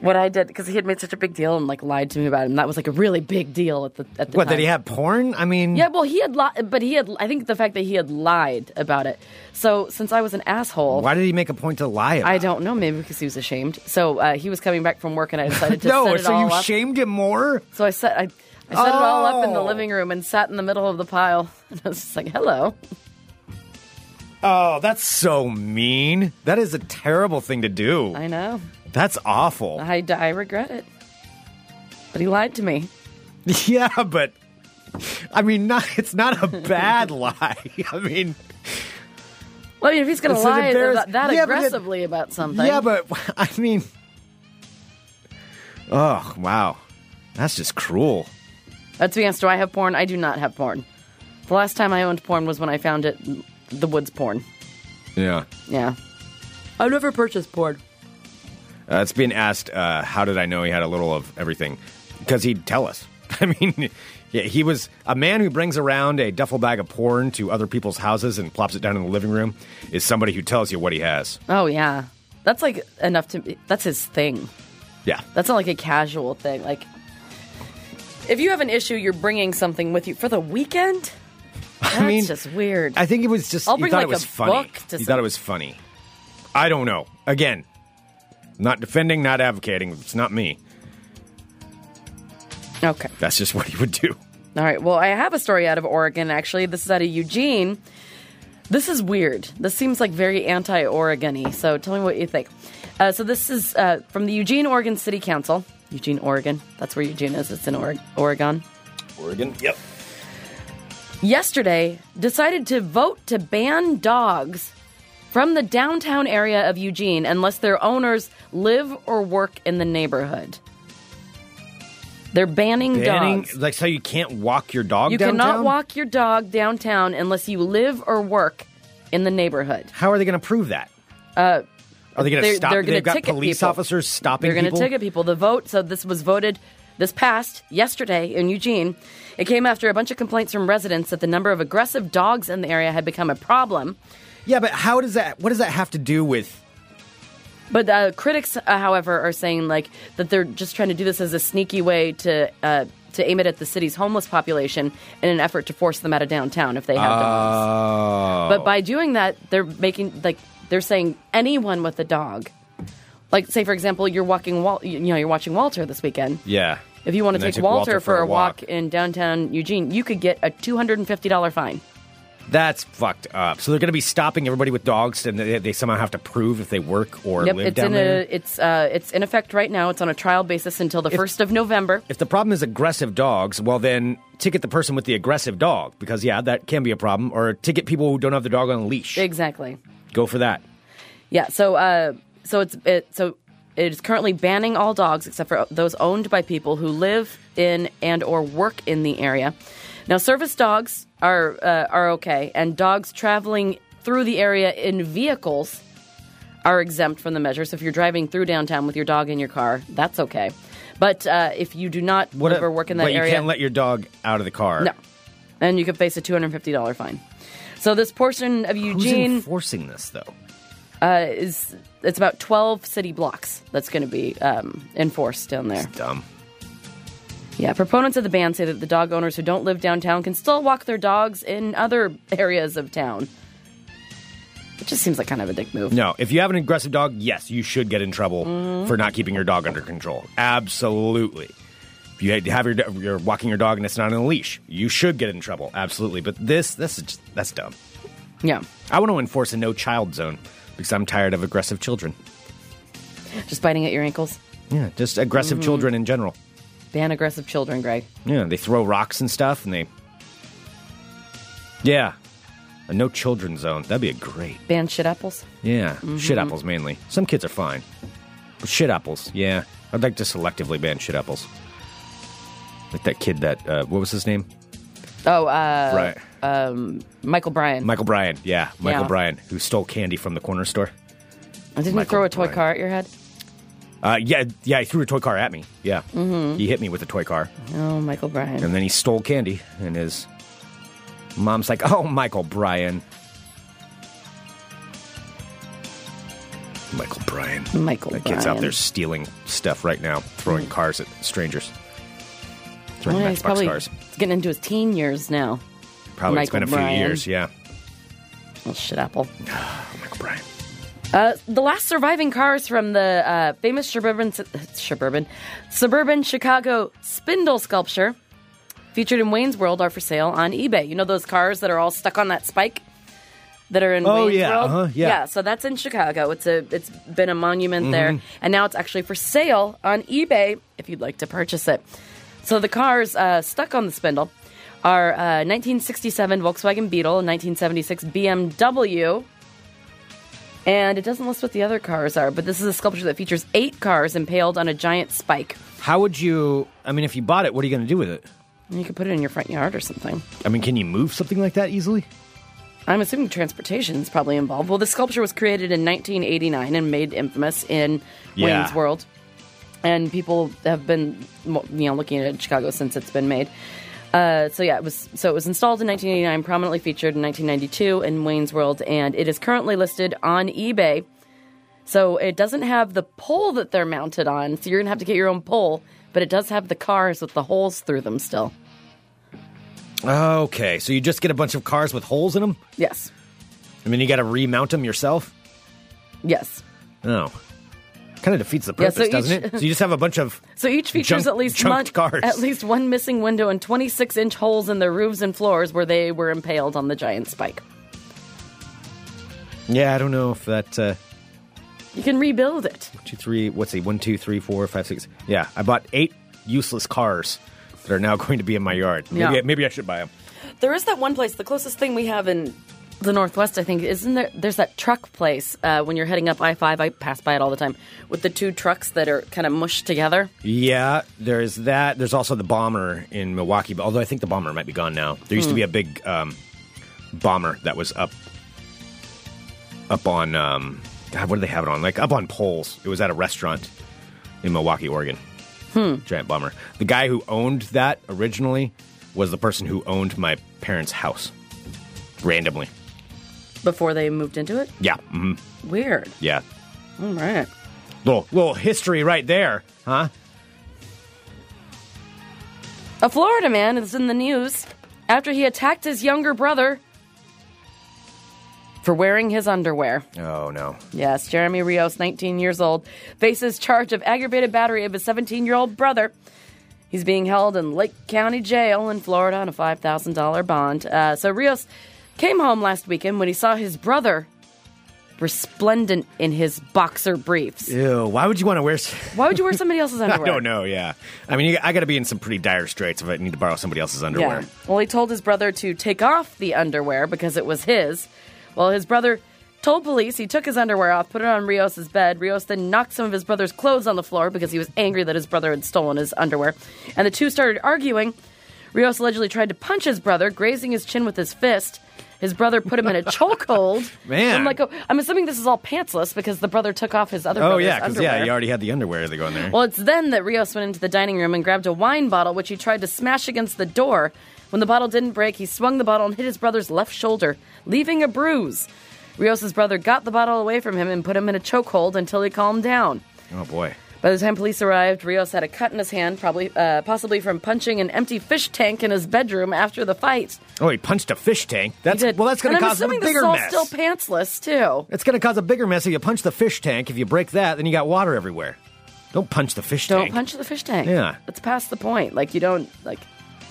F: what I did because he had made such a big deal and like lied to me about it, and that was like a really big deal at the at the
E: What,
F: time.
E: did he have porn? I mean,
F: Yeah, well, he had, li- but he had. I think the fact that he had lied about it. So since I was an asshole,
E: why did he make a point to lie about
F: I
E: it?
F: don't know. Maybe because he was ashamed. So uh, he was coming back from work, and I decided to set
E: No,
F: it
E: so
F: all
E: you
F: up.
E: shamed him more?
F: So I set I, I set it all up in the
E: Oh.
F: living room and sat in the middle of the pile. And I was just like, "Hello."
E: Oh, that's so mean. That is a terrible thing to do.
F: I know.
E: That's awful.
F: I, I regret it. But he lied to me.
E: Yeah, but I mean, not, it's not a bad lie. I mean,
F: Well, I mean, if he's going to
E: It's such
F: lie
E: embarrass-
F: about that
E: Yeah, but it-
F: aggressively about something,
E: yeah, but I mean, oh wow, that's just cruel.
F: That's the answer. Do I have porn? I do not have porn. The last time I owned porn was when I found it, the woods porn.
E: Yeah.
F: Yeah. I've never purchased porn.
E: Uh, it's being asked, uh, how did I know he had a little of everything? Because he'd tell us. I mean, yeah, he was a man who brings around a duffel bag of porn to other people's houses and plops it down in the living room. Is somebody who tells you what he has.
F: Oh yeah, that's like enough to. That's his thing.
E: Yeah.
F: That's not like a casual thing. Like, if you have an issue, you're bringing something with you for the weekend. That's
E: I mean,
F: just weird.
E: I think it was just.
F: I'll
E: he
F: bring,
E: thought
F: like,
E: it was
F: a
E: funny.
F: book to
E: he
F: some-
E: thought it was funny. I don't know. Again, not defending, not advocating. It's not me.
F: okay.
E: That's just what he would do.
F: All right. Well, I have a story out of Oregon, actually. This is out of Eugene. This is weird. This seems like very anti Oregon y. So tell me what you think. Uh, so, this is uh, from the Eugene, Oregon City Council. Eugene, Oregon. That's where Eugene is. It's in Oreg- Oregon.
E: Oregon. Yep.
F: Yesterday, decided to vote to ban dogs from the downtown area of Eugene unless their owners live or work in the neighborhood. They're banning,
E: Banning,
F: dogs.
E: like, so you can't walk your dog
F: You
E: downtown?
F: cannot walk your dog downtown unless you live or work in the neighborhood.
E: How are they going to prove that? Uh, are they going to
F: they're-
E: stop?
F: they're gonna
E: They've got
F: ticket
E: police
F: people.
E: officers stopping
F: They're going to
E: people?
F: ticket people. The vote, so this was voted, this passed yesterday in Eugene. It came after a bunch of complaints from residents that the number of aggressive dogs in the area had become a problem.
E: Yeah, but how does that? What does that have to do with?
F: But uh, critics, uh, however, are saying like that they're just trying to do this as a sneaky way to uh, to aim it at the city's homeless population in an effort to force them out of downtown if they have dogs.
E: Oh,
F: But by doing that, they're making like they're saying anyone with a dog. Like say for example, you're walking Wal- you know you're watching Walter this weekend.
E: yeah.
F: If you want
E: And
F: to
E: I
F: take
E: took
F: Walter, for a walk. in downtown Eugene, you could get a two hundred and fifty dollar fine.
E: that's fucked up. So they're going to be stopping everybody with dogs, and they, they somehow have to prove if they work or
F: Yep,
E: live
F: it's
E: down
F: in
E: there.
F: a it's uh it's in effect right now. It's on a trial basis until the first of November.
E: if the problem is aggressive dogs, well then ticket the person with the aggressive dog because yeah, that can be a problem. Or ticket people who don't have the dog on a leash.
F: Exactly.
E: Go for that.
F: Yeah. So uh so it's it so it is currently banning all dogs except for those owned by people who live in and or work in the area. Now, service dogs are uh, are okay, and dogs traveling through the area in vehicles are exempt from the measure. So if you're driving through downtown with your dog in your car, that's okay. But uh, if you do not
E: What
F: live or work in that
E: but
F: area,
E: you can't let your dog out of the car.
F: no, and you could face a two hundred fifty dollar fine. So this portion of
E: Who's
F: Eugene
E: enforcing this though?
F: uh, is it's about 12 city blocks that's going to be um, enforced down there.
E: Dumb.
F: Yeah, proponents of the ban say that the dog owners who don't live downtown can still walk their dogs in other areas of town. It just seems like kind of a dick move.
E: No, if you have an aggressive dog, yes, you should get in trouble
F: Mm-hmm.
E: for not keeping your dog under control. Absolutely. If you had- have your do- you're walking your dog and it's not on a leash, you should get in trouble. Absolutely. But this this is just, that's dumb.
F: Yeah,
E: I want to enforce a no child zone because I'm tired of aggressive children.
F: just biting at your ankles.
E: Yeah, just aggressive
F: Mm-hmm.
E: children in general.
F: Ban aggressive children, Greg.
E: Yeah, they throw rocks and stuff, and they. Yeah, a no children zone. That'd be a great.
F: Ban shit apples.
E: Yeah,
F: Mm-hmm.
E: shit apples mainly. Some kids are fine, but shit apples. Yeah, I'd like to selectively ban shit apples. Like that kid that uh, what was his name?
F: Oh, uh,
E: right,
F: Michael Bryan.
E: Michael Bryan. Yeah, Michael
F: Yeah.
E: Bryan, who stole candy from the corner store.
F: Didn't
E: Michael
F: he throw a toy
E: Bryan.
F: car at your head?
E: Uh, yeah, yeah, he threw a toy car at me. Yeah,
F: Mm-hmm.
E: he hit me with a toy car.
F: Oh, Michael Bryan.
E: And then he stole candy, and his mom's like, "Oh, Michael Bryan." Michael Bryan.
F: Michael
E: That kid's out
F: Bryan.
E: there stealing stuff right now, throwing cars at strangers, throwing
F: Yeah, he's
E: matchbox
F: Mm. probably
E: cars.
F: getting into his teen years now.
E: Probably it's been a
F: Michael
E: few
F: Bryan.
E: years. Yeah,
F: Little shit apple.
E: Michael Bryan.
F: Uh, the last surviving cars from the uh, famous suburban, suburban, suburban Chicago spindle sculpture featured in Wayne's World are for sale on eBay. You know those cars that are all stuck on that spike that are in
E: Oh,
F: Wayne's
E: yeah,
F: World.
E: uh-huh, yeah.
F: So that's in Chicago. It's a it's been a monument there,
E: Mm-hmm.
F: and now it's actually for sale on eBay if you'd like to purchase it. So the cars uh, stuck on the spindle are uh, 1967 Volkswagen Beetle, 1976 BMW. And it doesn't list what the other cars are, but this is a sculpture that features eight cars impaled on a giant spike.
E: How would you? I mean, if you bought it, what are you going to do with it?
F: You could put it in your front yard or something.
E: I mean, can you move something like that easily?
F: I'm assuming transportation is probably involved. Well, the sculpture was created in 1989 and made infamous in
E: Yeah.
F: Wayne's World, and people have been mo- you know looking at it in Chicago since it's been made. Uh, so yeah, it was so it was installed in 1989, prominently featured in 1992 in Wayne's World, and it is currently listed on eBay. So it doesn't have the pole that they're mounted on, so you're gonna have to get your own pole. But it does have the cars with the holes through them still.
E: Okay, so you just get a bunch of cars with holes in them,
F: Yes,
E: and then you got to remount them yourself.
F: yes.
E: Oh, kind of defeats the
F: Yeah,
E: purpose,
F: so each-
E: doesn't it? So you just have a bunch of
F: So each features
E: Junk-
F: at least one,
E: junked cars.
F: at least one missing window and 26 inch holes in their roofs and floors where they were impaled on the giant spike.
E: yeah. I don't know if that uh,
F: You can rebuild it.
E: two, three. What's he? One, two, three, four, five, six. Yeah, I bought eight useless cars that are now going to be in my yard. Maybe,
F: Yeah.
E: maybe I should buy them.
F: There is that one place. The closest thing we have in the Northwest, I think, isn't there? There's that truck place uh, when you're heading up I five. I pass by it all the time with the two trucks that are kind of mushed together.
E: Yeah, there's that. There's also the bomber in Milwaukee, but although I think the bomber might be gone now. There used to be a big um, bomber that was up up on um, God, what do they have it on? Like up on poles. It was at a restaurant in Milwaukee, Oregon. Giant bomber. The guy who owned that originally was the person who owned my parents' house. Randomly.
F: Before they moved into it,
E: Yeah. hmm
F: weird.
E: Yeah.
F: All right.
E: Little little history right there, huh?
F: A Florida man is in the news after he attacked his younger brother for wearing his underwear.
E: Oh no.
F: Yes, Jeremy Rios, 19 years old, faces charge of aggravated battery of his 17 year old brother. He's being held in Lake County Jail in Florida on a $5,000 bond. Uh, so Rios came home last weekend when he saw his brother resplendent in his boxer briefs.
E: Ew, why would you want to wear s-
F: Why would you wear somebody else's
E: I
F: underwear?
E: don't know. Yeah, I mean, you- I got to be in some pretty dire straits if I need to borrow somebody else's underwear.
F: Yeah. Well, he told his brother to take off the underwear because it was his. Well, his brother told police he took his underwear off, put it on Rios's bed. Rios then knocked some of his brother's clothes on the floor because he was angry that his brother had stolen his underwear. And the two started arguing. Rios allegedly tried to punch his brother, grazing his chin with his fist. His brother put him in a chokehold.
E: Man.
F: I'm like, oh, I'm assuming this is all pantsless because the brother took off his other.
E: Oh
F: brother's
E: yeah, because yeah,
F: underwear.
E: you already had the underwear that go in there.
F: Well, it's then that Rios went into the dining room and grabbed a wine bottle, which he tried to smash against the door. When the bottle didn't break, he swung the bottle and hit his brother's left shoulder, leaving a bruise. Rios' brother got the bottle away from him and put him in a chokehold until he calmed down.
E: oh boy.
F: By the time police arrived, Rios had a cut in his hand, probably uh, possibly from punching an empty fish tank in his bedroom after the fight.
E: Oh, he punched a fish tank. That's
F: Did-
E: well, that's going to
F: and I'm
E: cause a
F: assuming this
E: bigger
F: is all
E: mess.
F: still pantsless too.
E: it's going to cause a bigger mess if you punch the fish tank. If you break that, then you got water everywhere. Don't punch the fish
F: Don't
E: tank.
F: punch the fish tank.
E: Yeah.
F: it's past the point. Like you don't like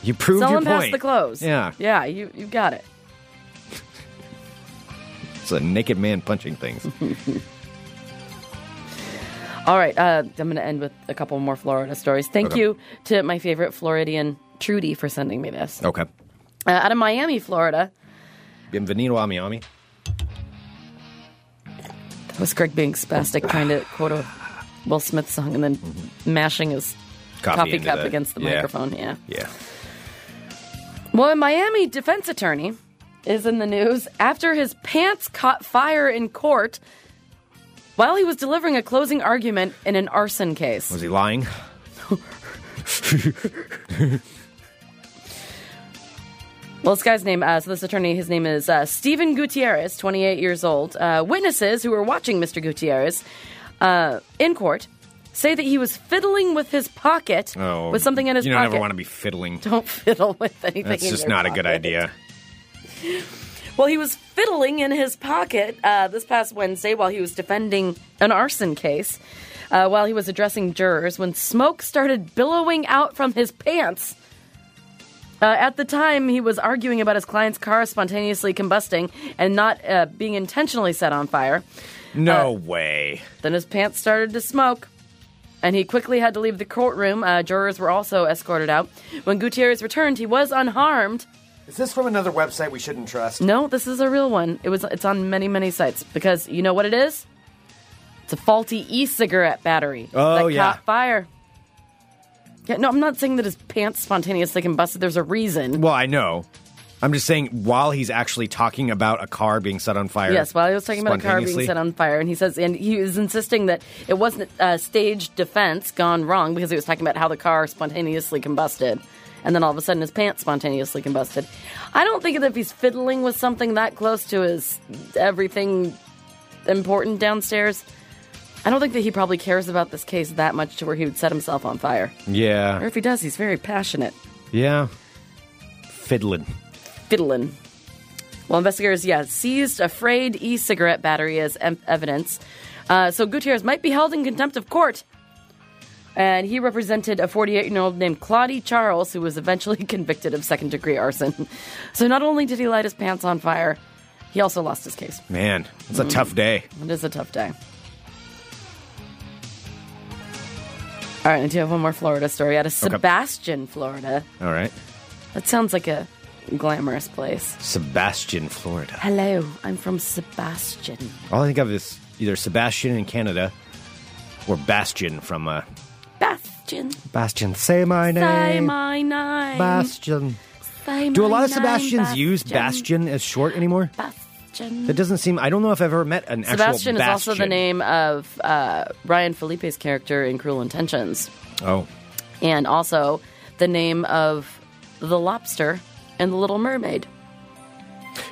E: You proved
F: sell
E: your
F: them past
E: point.
F: the clothes.
E: Yeah,
F: yeah, you you got it.
E: it's a naked man punching things.
F: All right, uh, I'm going to end with a couple more Florida stories. Thank
E: Okay.
F: you to my favorite Floridian, Trudy, for sending me this.
E: okay.
F: Uh, out of Miami, Florida,
E: Bienvenido a Miami.
F: that was Greg being spastic, trying to quote a Will Smith song and then mashing his
E: Coffee,
F: coffee,
E: Mm-hmm. into
F: cup against the
E: yeah.
F: microphone. Yeah.
E: Yeah.
F: Well, a Miami defense attorney is in the news after his pants caught fire in court while he was delivering a closing argument in an arson case.
E: Was he lying?
F: Well, this guy's name, uh, so this attorney, his name is uh, Stephen Gutierrez, 28 years old. Uh, witnesses who were watching Mr. Gutierrez uh, in court say that he was fiddling with his pocket
E: Oh,
F: with something in his
E: you don't
F: pocket.
E: ever want to be fiddling.
F: Don't fiddle with anything.
E: That's
F: in
E: just
F: your
E: not a good
F: pocket.
E: idea.
F: Well, he was fiddling in his pocket uh, this past Wednesday while he was defending an arson case, uh, while he was addressing jurors, when smoke started billowing out from his pants. Uh, at the time, he was arguing about his client's car spontaneously combusting and not uh, being intentionally set on fire. Uh,
E: No way.
F: Then his pants started to smoke, and he quickly had to leave the courtroom. Uh, jurors were also escorted out. When Gutierrez returned, he was unharmed.
E: Is this from another website we shouldn't trust?
F: No, this is a real one. It was it's on many many sites because you know what it is? It's a faulty e-cigarette battery
E: Oh,
F: that
E: yeah.
F: caught fire. Yeah, no, I'm not saying that his pants spontaneous like and busted. There's a reason.
E: Well, I know. I'm just saying while he's actually talking about a car being set on fire.
F: Yes, while he was talking about a car being
E: spontaneously.
F: set on fire, and he says, and he was insisting that it wasn't uh, staged defense gone wrong because he was talking about how the car spontaneously combusted, and then all of a sudden his pants spontaneously combusted. I don't think that if he's fiddling with something that close to his everything important downstairs, I don't think that he probably cares about this case that much to where he would set himself on fire. Or
E: Yeah.
F: if he does, he's very passionate.
E: Yeah. Fiddling.
F: fiddling. Well, investigators, yeah, seized a frayed e-cigarette battery as em- evidence. Uh, so Gutierrez might be held in contempt of court. And he represented a 48-year-old named Claudie Charles, who was eventually convicted of second-degree arson. So not only did he light his pants on fire, he also lost his case.
E: Man, it's
F: Mm.
E: a tough day.
F: It is a tough day. All right, I do have one more Florida story out of
E: Okay.
F: Sebastian, Florida.
E: All right.
F: That sounds like a glamorous place.
E: Sebastian, Florida.
F: Hello, I'm from Sebastian.
E: All I think of is either Sebastian in Canada or Bastion from uh,
F: Bastion.
E: Bastion. Say my
F: Say
E: name.
F: my name.
E: Bastion.
F: Say
E: Do a
F: my
E: lot of
F: name,
E: Sebastians use Bastion as short anymore?
F: Bastion.
E: That doesn't seem. I don't know if I've ever met an actual
F: Sebastian is also the
E: Bastion.
F: name of uh, Ryan Felipe's character in Cruel Intentions,
E: Oh,
F: and also the name of the lobster in The Little Mermaid.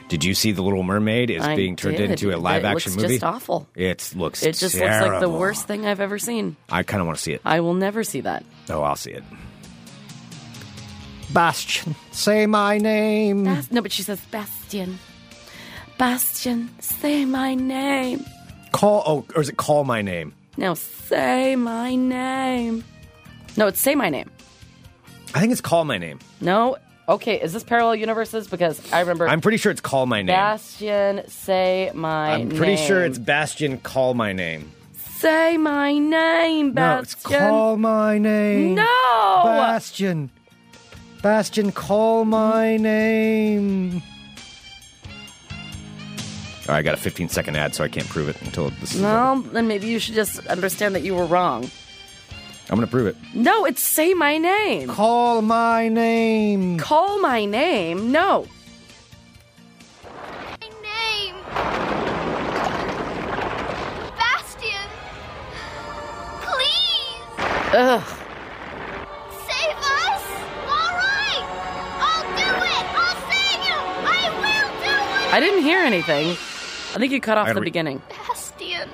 E: did you see the Little Mermaid is
F: I
E: being turned
F: did.
E: into a live
F: it
E: action
F: looks
E: movie?
F: Just awful.
E: It looks.
F: It just looks like the
E: terrible.
F: worst thing I've ever seen.
E: I kind of want to see it.
F: I will never see that.
E: Oh, I'll see it. Bastion, say my name.
F: Bas- no, but she says Bastion. Bastion, say my name.
E: call. Oh, or is it call my name?
F: Now say my name. No, it's say my name.
E: I think it's call my name.
F: No. Okay, is this parallel universes? Because I remember
E: I'm pretty sure it's call my name.
F: Bastion say my
E: I'm
F: name.
E: pretty sure it's Bastion. Call my name.
F: say my name,
E: No, it's
F: Bastion.
E: call my name.
F: No!
E: Bastion. Bastion, call my name. All right, I got a 15 second ad, so I can't prove it until this is. over.
F: Well, then maybe you should just understand that you were wrong.
E: I'm gonna prove it.
F: No, it's say my name.
E: Call my name.
F: Call my name. No.
G: My name. Bastion. Please.
F: Ugh.
G: Save us. All right. I'll do it. I'll save you. I will do it.
F: I didn't hear anything. I think you cut off
E: I
F: the
E: re-
F: beginning.
G: Bastion.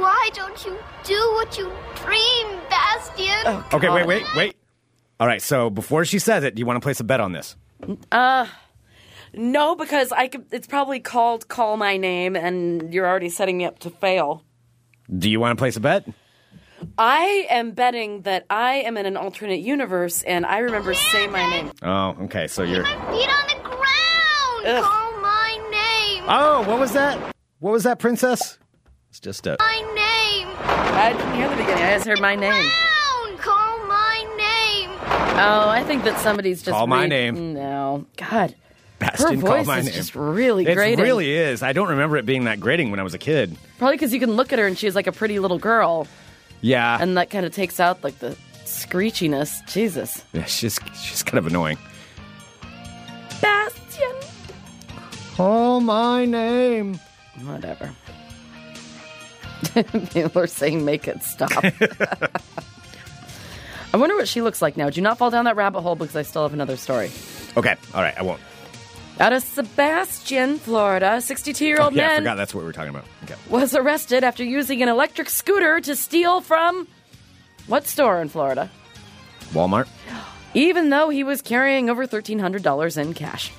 G: Why don't you do what you dream, Bastion?
E: Okay, wait, wait, wait. All right, so before she says it, do you want to place a bet on this?
F: No, because I could, it's probably called call my name, and you're already setting me up to fail.
E: Do you want to place a bet?
F: I am betting that I am in an alternate universe and I remember say my name.
E: Oh, okay, so you're.
G: My feet on the ground.
F: Ugh.
G: Call my name.
E: Oh, what was that? What was that, princess? It's just a.
G: my name.
F: I didn't hear the beginning. I just heard my name.
G: Ground. Call my name.
F: Oh, I think that somebody's just
E: Call my
F: re-
E: name.
F: No, God,
E: Bastion,
F: her
E: call
F: voice
E: my
F: is
E: name.
F: just really
E: It
F: grating.
E: really is. I don't remember it being that grating when I was a kid.
F: Probably because you can look at her and she's like a pretty little girl,
E: Yeah.
F: and that kind of takes out like the screechiness. Jesus,
E: Yeah, she's she's kind of annoying.
F: Bastion.
E: Call my name.
F: Whatever. People are saying make it stop. I wonder what she looks like now. Do not fall down that rabbit hole because I still have another story.
E: Okay, all right, I won't.
F: Out of Sebastian, Florida, 62 year old
E: Oh, yeah, I forgot
F: Oh, man
E: that's what we were talking about. Okay.
F: was arrested after using an electric scooter to steal from what store in Florida?
E: Walmart.
F: even though he was carrying over $1,300 in cash.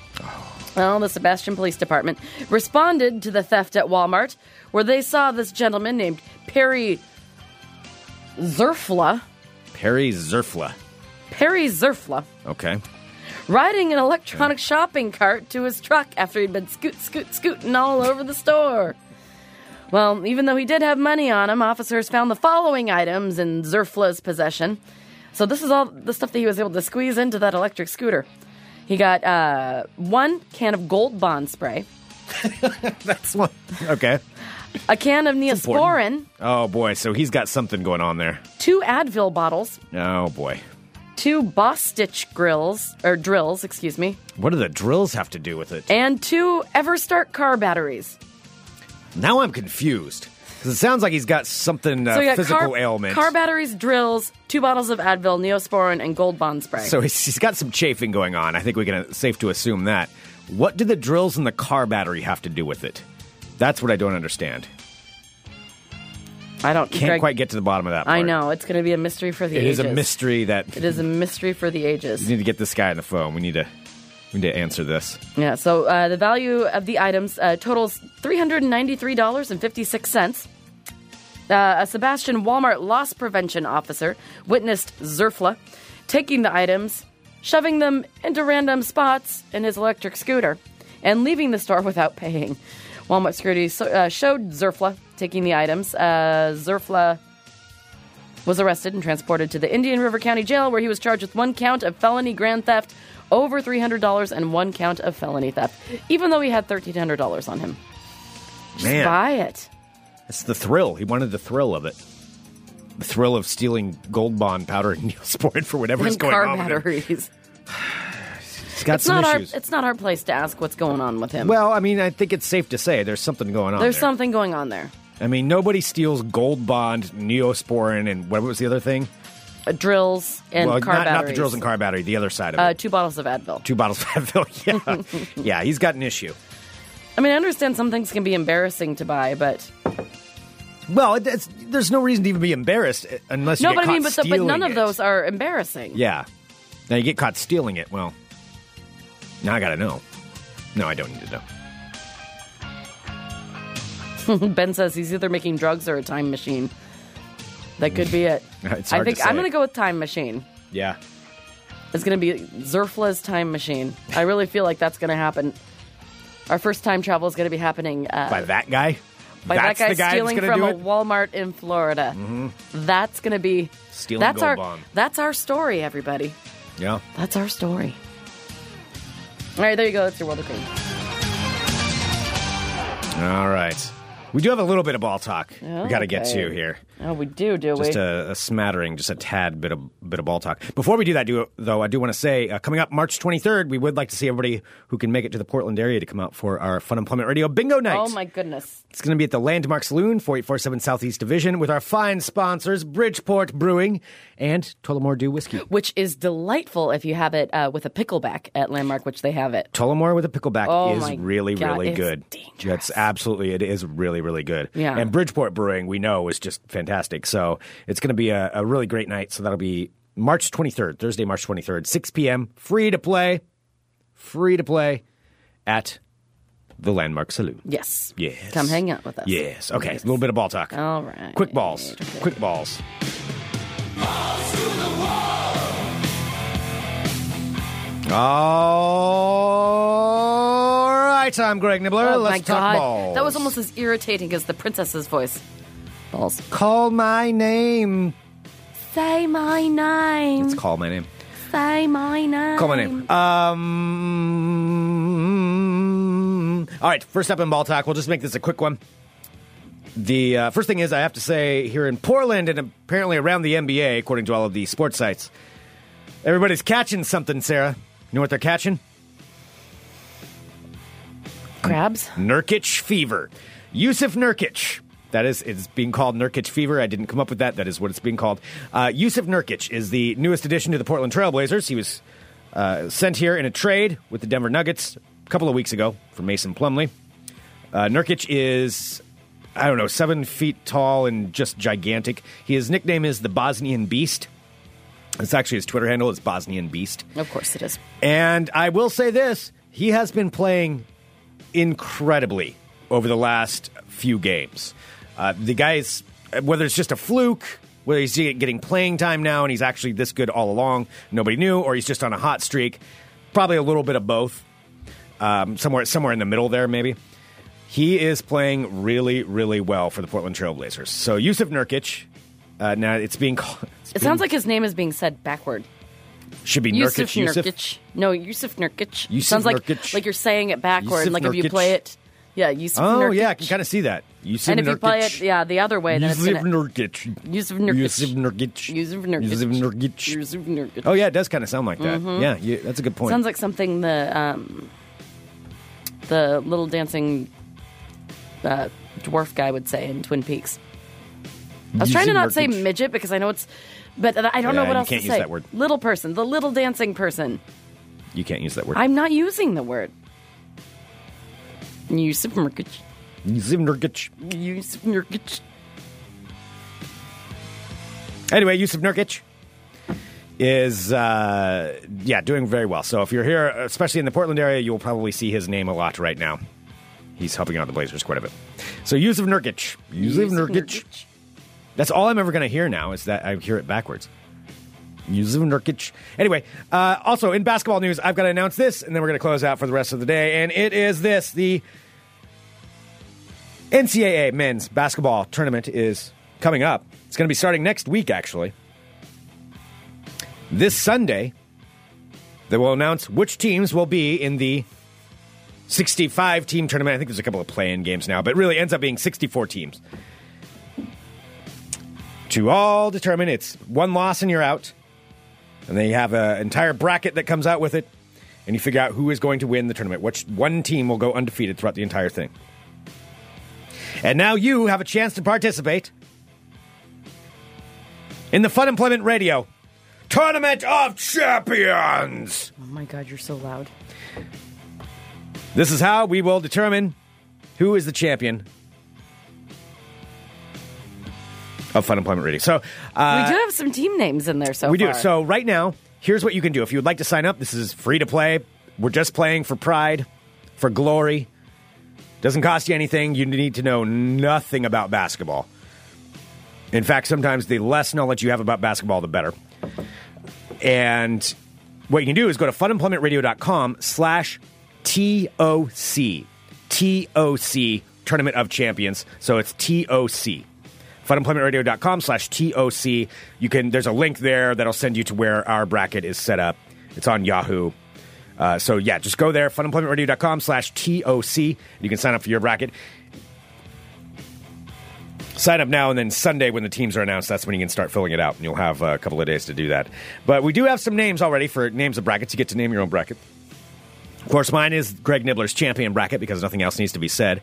F: Well, the Sebastian Police Department responded to the theft at Walmart, where they saw this gentleman named Perry Zerfla,
E: Perry Zerfla.
F: Perry Zerfla,
E: Okay.
F: riding an electronic shopping cart to his truck after he'd been scoot, scoot, scooting all over the store. Well, even though he did have money on him, officers found the following items in Zerfla's possession. So this is all the stuff that he was able to squeeze into that electric scooter. He got uh, one can of Gold Bond spray,
E: That's one. Okay.
F: a can of Neosporin,
E: important. Oh boy, so he's got something going on there.
F: two Advil bottles,
E: Oh boy.
F: two Boss Stitch grills or drills, excuse me,
E: What do the drills have to do with it?
F: and two Everstart car batteries.
E: Now I'm confused. 'Cause it sounds like he's got something uh,
F: so we got
E: physical
F: car,
E: ailment.
F: car batteries, drills, two bottles of Advil, Neosporin, and Gold Bond spray.
E: so he's, he's got some chafing going on. I think we can uh, safe to assume that. What do the drills and the car battery have to do with it? That's what I don't understand.
F: I don't
E: Can't
F: Greg,
E: quite get to the bottom of that. Part.
F: I know it's going to be a mystery for the
E: It
F: ages.
E: is a mystery that
F: It is a mystery for the ages.
E: we need to get this guy on the phone. We need to we need to answer this.
F: Yeah. So uh, the value of the items uh, totals three hundred ninety-three dollars and fifty-six cents. Uh, a Sebastian Walmart loss prevention officer witnessed Zerfla taking the items, shoving them into random spots in his electric scooter, and leaving the store without paying. Walmart security so, uh, showed Zerfla taking the items. Uh, Zerfla was arrested and transported to the Indian River County Jail, where he was charged with one count of felony grand theft over $300 and one count of felony theft, even though he had $1,300 on him.
E: Man.
F: Buy it.
E: It's the thrill. He wanted the thrill of it. The thrill of stealing gold bond powder and neosporin for whatever is
F: And
E: going
F: car
E: on. with him.
F: batteries.
E: He's got
F: It's
E: some
F: not our
E: issues.
F: it's not our place to ask what's going on with him.
E: well, I mean, I think it's safe to say there's something going on.
F: there's
E: there.
F: something going on there.
E: I mean, nobody steals gold bond, neosporin, and what was the other thing?
F: Uh, drills and
E: well,
F: car
E: not,
F: batteries.
E: not the drills and car battery. The other side of
F: Uh,
E: it.
F: two bottles of Advil.
E: Two bottles of Advil. Yeah, yeah. He's got an issue.
F: I mean, I understand some things can be embarrassing to buy, but
E: Well, it, it's, there's no reason to even be embarrassed uh, unless you
F: no.
E: get
F: But I
E: caught
F: mean, but, the, but
E: stealing
F: none of
E: it.
F: those are embarrassing.
E: Yeah. Now you get caught stealing it. Well, now I gotta know. No, I don't need to know.
F: Ben says he's either making drugs or a time machine. That could be it.
E: It's
F: I
E: hard
F: think
E: to say.
F: I'm going to go with time machine.
E: Yeah.
F: It's going to be Zerfla's time machine. I really feel like that's going to happen. Our first time travel is going to be happening uh,
E: By that guy?
F: by
E: That's
F: that guy,
E: the guy
F: stealing
E: that's gonna
F: from a
E: do it? Mm-hmm.
F: Walmart in Florida. That's going to be
E: Stealing
F: that's
E: gold
F: our
E: bond.
F: that's our story, everybody.
E: Yeah.
F: That's our story. All right, there you go. That's your world of cream.
E: All right. We do have a little bit of ball talk. we got to get
F: Okay.
E: to here.
F: Oh, we do, do
E: Just
F: we?
E: a, a smattering, just a tad bit of bit of ball talk. Before we do that, do, though, I do want to say uh, coming up March 23rd, we would like to see everybody who can make it to the Portland area to come out for our Fun Employment Radio Bingo Night.
F: oh my goodness.
E: It's going to be at the Landmark Saloon, 4847 Southeast Division, with our fine sponsors, Bridgeport Brewing and Tullamore Dew Whiskey.
F: which is delightful if you have it uh, with a pickleback at Landmark, which they have it.
E: Tullamore with a pickleback
F: Oh my
E: is really,
F: God,
E: really
F: it's
E: good.
F: dangerous.
E: That's absolutely, it is really, really good.
F: Yeah.
E: And Bridgeport Brewing, we know, is just fantastic. So it's going to be a, a really great night. So that'll be March 23rd, Thursday, March 23rd, 6 p.m., free to play, free to play at the Landmark Saloon.
F: Yes.
E: Yes.
F: Come hang out with us.
E: Yes. Okay. A little bit of ball talk.
F: All right.
E: Quick balls. Quick balls. All right, I'm Greg Nibbler.
F: Oh
E: Let's
F: my
E: talk
F: god,
E: balls.
F: that was almost as irritating as the princess's voice. Balls.
E: call my name.
F: Say my name.
E: Let's call my name.
F: Say my name.
E: Call my name. Um. All right. First up in ball talk, we'll just make this a quick one. The uh, first thing is, I have to say, here in Portland and apparently around the NBA, according to all of the sports sites, everybody's catching something. Sarah, you know what they're catching?
F: Crabs.
E: Nurkic fever. Yusuf Nurkic. That is, it's being called Nurkic fever. I didn't come up with that. That is what it's being called. Uh, Yusuf Nurkic is the newest addition to the Portland Trailblazers. He was uh, sent here in a trade with the Denver Nuggets a couple of weeks ago for Mason Plumley. Uh, Nurkic is, I don't know, seven feet tall and just gigantic. His nickname is the Bosnian Beast. It's actually his Twitter handle. It's Bosnian Beast.
F: Of course it is.
E: And I will say this he has been playing incredibly over the last few games. Uh, the guy's, whether it's just a fluke, whether he's getting playing time now and he's actually this good all along, nobody knew, or he's just on a hot streak, probably a little bit of both. Um, somewhere, somewhere in the middle there, maybe. He is playing really, really well for the Portland Trailblazers. So Yusuf Nurkic, uh, now it's being called.
F: It sounds like his name is being said backward.
E: should be
F: Yusuf
E: Nurkic. Yusuf.
F: Nurkic. No, Yusuf Nurkic.
E: Yusuf
F: sounds like
E: Nurkic.
F: like you're saying it backward.
E: Yusuf
F: like if you
E: Nurkic.
F: play it, yeah, Yusuf
E: Oh
F: Nurkic.
E: yeah, I can kind of see that. Yusuf
F: And if you play it,
E: Nurkic.
F: yeah, the other way, then it's
E: Yusuf
F: gonna,
E: Nurkic.
F: Yusuf Nurkic.
E: Yusuf Nurkic.
F: Yusuf Nurkic.
E: Yusuf Nurkic.
F: Yusuf Nurkic.
E: Oh yeah, it does kind of sound like that. Yeah, you, that's a good point.
F: Mm-hmm. Sounds like something the um, the little dancing uh, dwarf guy would say in Twin Peaks. I was trying to not say
E: Yusuf Nurkic.
F: midget because I know it's, but I don't
E: Yeah,
F: know what
E: you
F: else
E: can't
F: to
E: use
F: say.
E: that word.
F: Little person, the little dancing person.
E: You can't use that word.
F: I'm not using the word. Yusuf Nurkic.
E: Yusuf Nurkic.
F: Yusuf Nurkic.
E: Anyway, Yusuf Nurkic is uh, yeah doing very well. So if you're here, especially in the Portland area, you'll probably see his name a lot right now. He's helping out the Blazers quite a bit. So Yusuf Nurkic, Yusuf Nurkic. That's all I'm ever going to hear now is that I hear it backwards. Yusuf Nurkic. Anyway, uh, also in basketball news, I've got to announce this, and then we're going to close out for the rest of the day. And it is this: the NCAA men's basketball tournament is coming up. It's going to be starting next week, actually. This Sunday, they will announce which teams will be in the 65 team tournament. I think there's a couple of play in games now, but really ends up being 64 teams. To all determine, it's one loss and you're out. And then you have an entire bracket that comes out with it, and you figure out who is going to win the tournament. Which one team will go undefeated throughout the entire thing. And now you have a chance to participate in the Fun Employment Radio Tournament of Champions.
F: Oh my god, you're so loud.
E: This is how we will determine who is the champion of Fun Employment Radio. So uh,
F: we do have some team names in there so
E: we do.
F: far.
E: So right now, here's what you can do. If you would like to sign up, this is free to play. We're just playing for pride, for glory. Doesn't cost you anything. You need to know nothing about basketball. In fact, sometimes the less knowledge you have about basketball, the better. And what you can do is go to funemploymentradio.com slash TOC. TOC, Tournament of Champions. So it's TOC. Funemploymentradio.com slash TOC. You can, there's a link there that'll send you to where our bracket is set up. It's on Yahoo. Uh, so yeah, just go there, funemploymentradio.com slash TOC. You can sign up for your bracket. Sign up now, and then Sunday, when the teams are announced, that's when you can start filling it out, and you'll have uh, a couple of days to do that. But we do have some names already for names of brackets. You get to name your own bracket. Of course, mine is Greg Nibbler's champion bracket because nothing else needs to be said.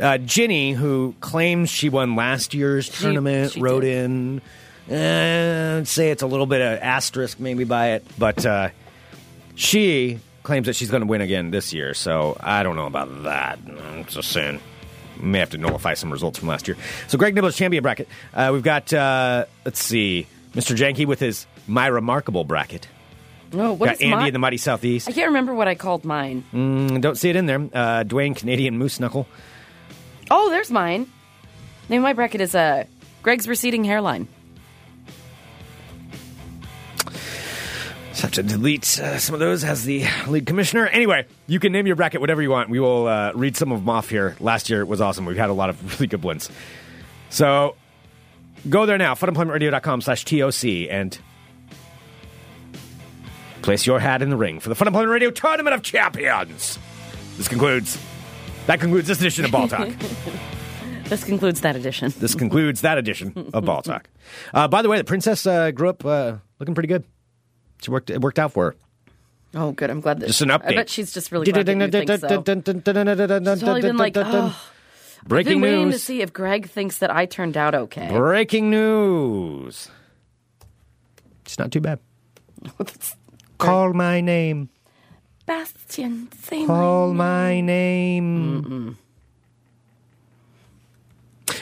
E: Uh, Ginny, who claims she won last year's tournament,
F: she
E: wrote
F: did.
E: in. Uh, I'd say it's a little bit of asterisk maybe by it, but uh, she claims that she's going to win again this year. So I don't know about that. I'm just saying may have to nullify some results from last year. So Greg Nibbler's champion bracket. Uh, we've got uh, let's see, Mr. Janky with his my remarkable bracket.
F: no, what
E: got
F: is
E: Andy
F: my-
E: in the Mighty Southeast.
F: I can't remember what I called mine.
E: Mm, don't see it in there. Uh, Dwayne Canadian Moose Knuckle.
F: Oh, there's mine. Name of my bracket is uh, Greg's receding hairline.
E: Just have to delete uh, some of those as the lead commissioner. Anyway, you can name your bracket whatever you want. We will uh, read some of them off here. Last year was awesome. We've had a lot of really good ones. So go there now, funemploymentradio.com slash TOC, and place your hat in the ring for the Fun Employment Radio Tournament of Champions. This concludes. That concludes this edition of Ball Talk.
F: This concludes that edition.
E: this concludes that edition of Ball Talk. Uh, by the way, the princess uh, grew up uh, looking pretty good. She worked. It worked out for her.
F: Oh, good. I'm glad that.
E: Just an
F: I
E: update.
F: bet she's just really glad that you think so. probably been like, oh,
E: Breaking
F: Been waiting to
E: news.
F: see if Greg thinks that I turned out okay.
E: Breaking news. It's not too bad. Call my name.
F: Bastian, say
E: Call my name.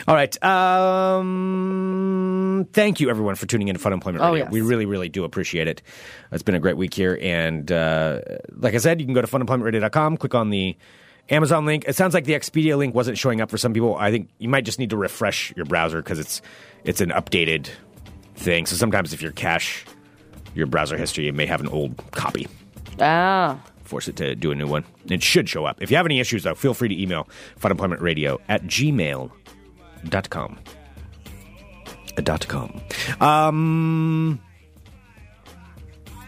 E: All right. Um, thank you, everyone, for tuning in to Fun Employment
F: Oh,
E: Radio.
F: yes.
E: We really, really do appreciate it. It's been a great week here. And uh, like I said, you can go to funemploymentradio.com, click on the Amazon link. It sounds like the Expedia link wasn't showing up for some people. I think you might just need to refresh your browser because it's, it's an updated thing. So sometimes if you cache your browser history, it may have an old copy
F: Ah,
E: force it to do a new one. It should show up. If you have any issues, though, feel free to email funemploymentradio at gmail.com. A Uh, Dot com. Um,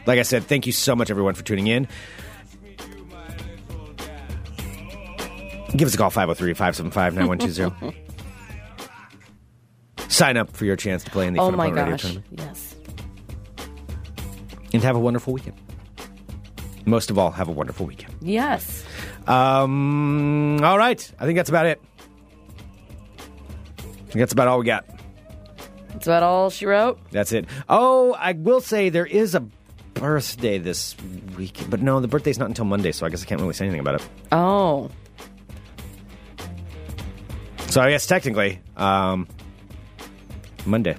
E: like I said, thank you so much, everyone, for tuning in. oh Give us a call, 503 575 9120. sign up for your chance to play in the
F: Oh
E: Fun
F: my
E: Employment Radio
F: gosh.
E: Tournament
F: Yes.
E: and have a wonderful weekend. Most of all, have a wonderful weekend.
F: Yes.
E: Um, all right. I think that's about it. I think that's about all we got.
F: That's about all she wrote.
E: That's it. Oh, I will say there is a birthday this week, but no, the birthday's not until Monday, so I guess I can't really say anything about it.
F: Oh.
E: So I guess technically, um, Monday.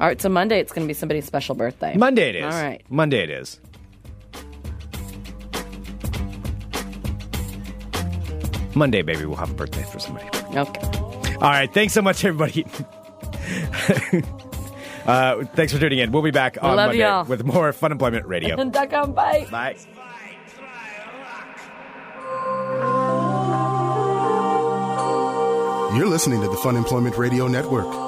F: All right, so Monday it's going to be somebody's special birthday.
E: Monday it is.
F: All right.
E: Monday it is. Monday, baby, we'll have a birthday for somebody.
F: Okay.
E: All right. Thanks so much, everybody. uh, thanks for tuning in. We'll be back on
F: love
E: Monday
F: y'all.
E: with more Fun Employment Radio.
F: And duck on bite.
E: Bye.
A: You're listening to the Fun Employment Radio Network.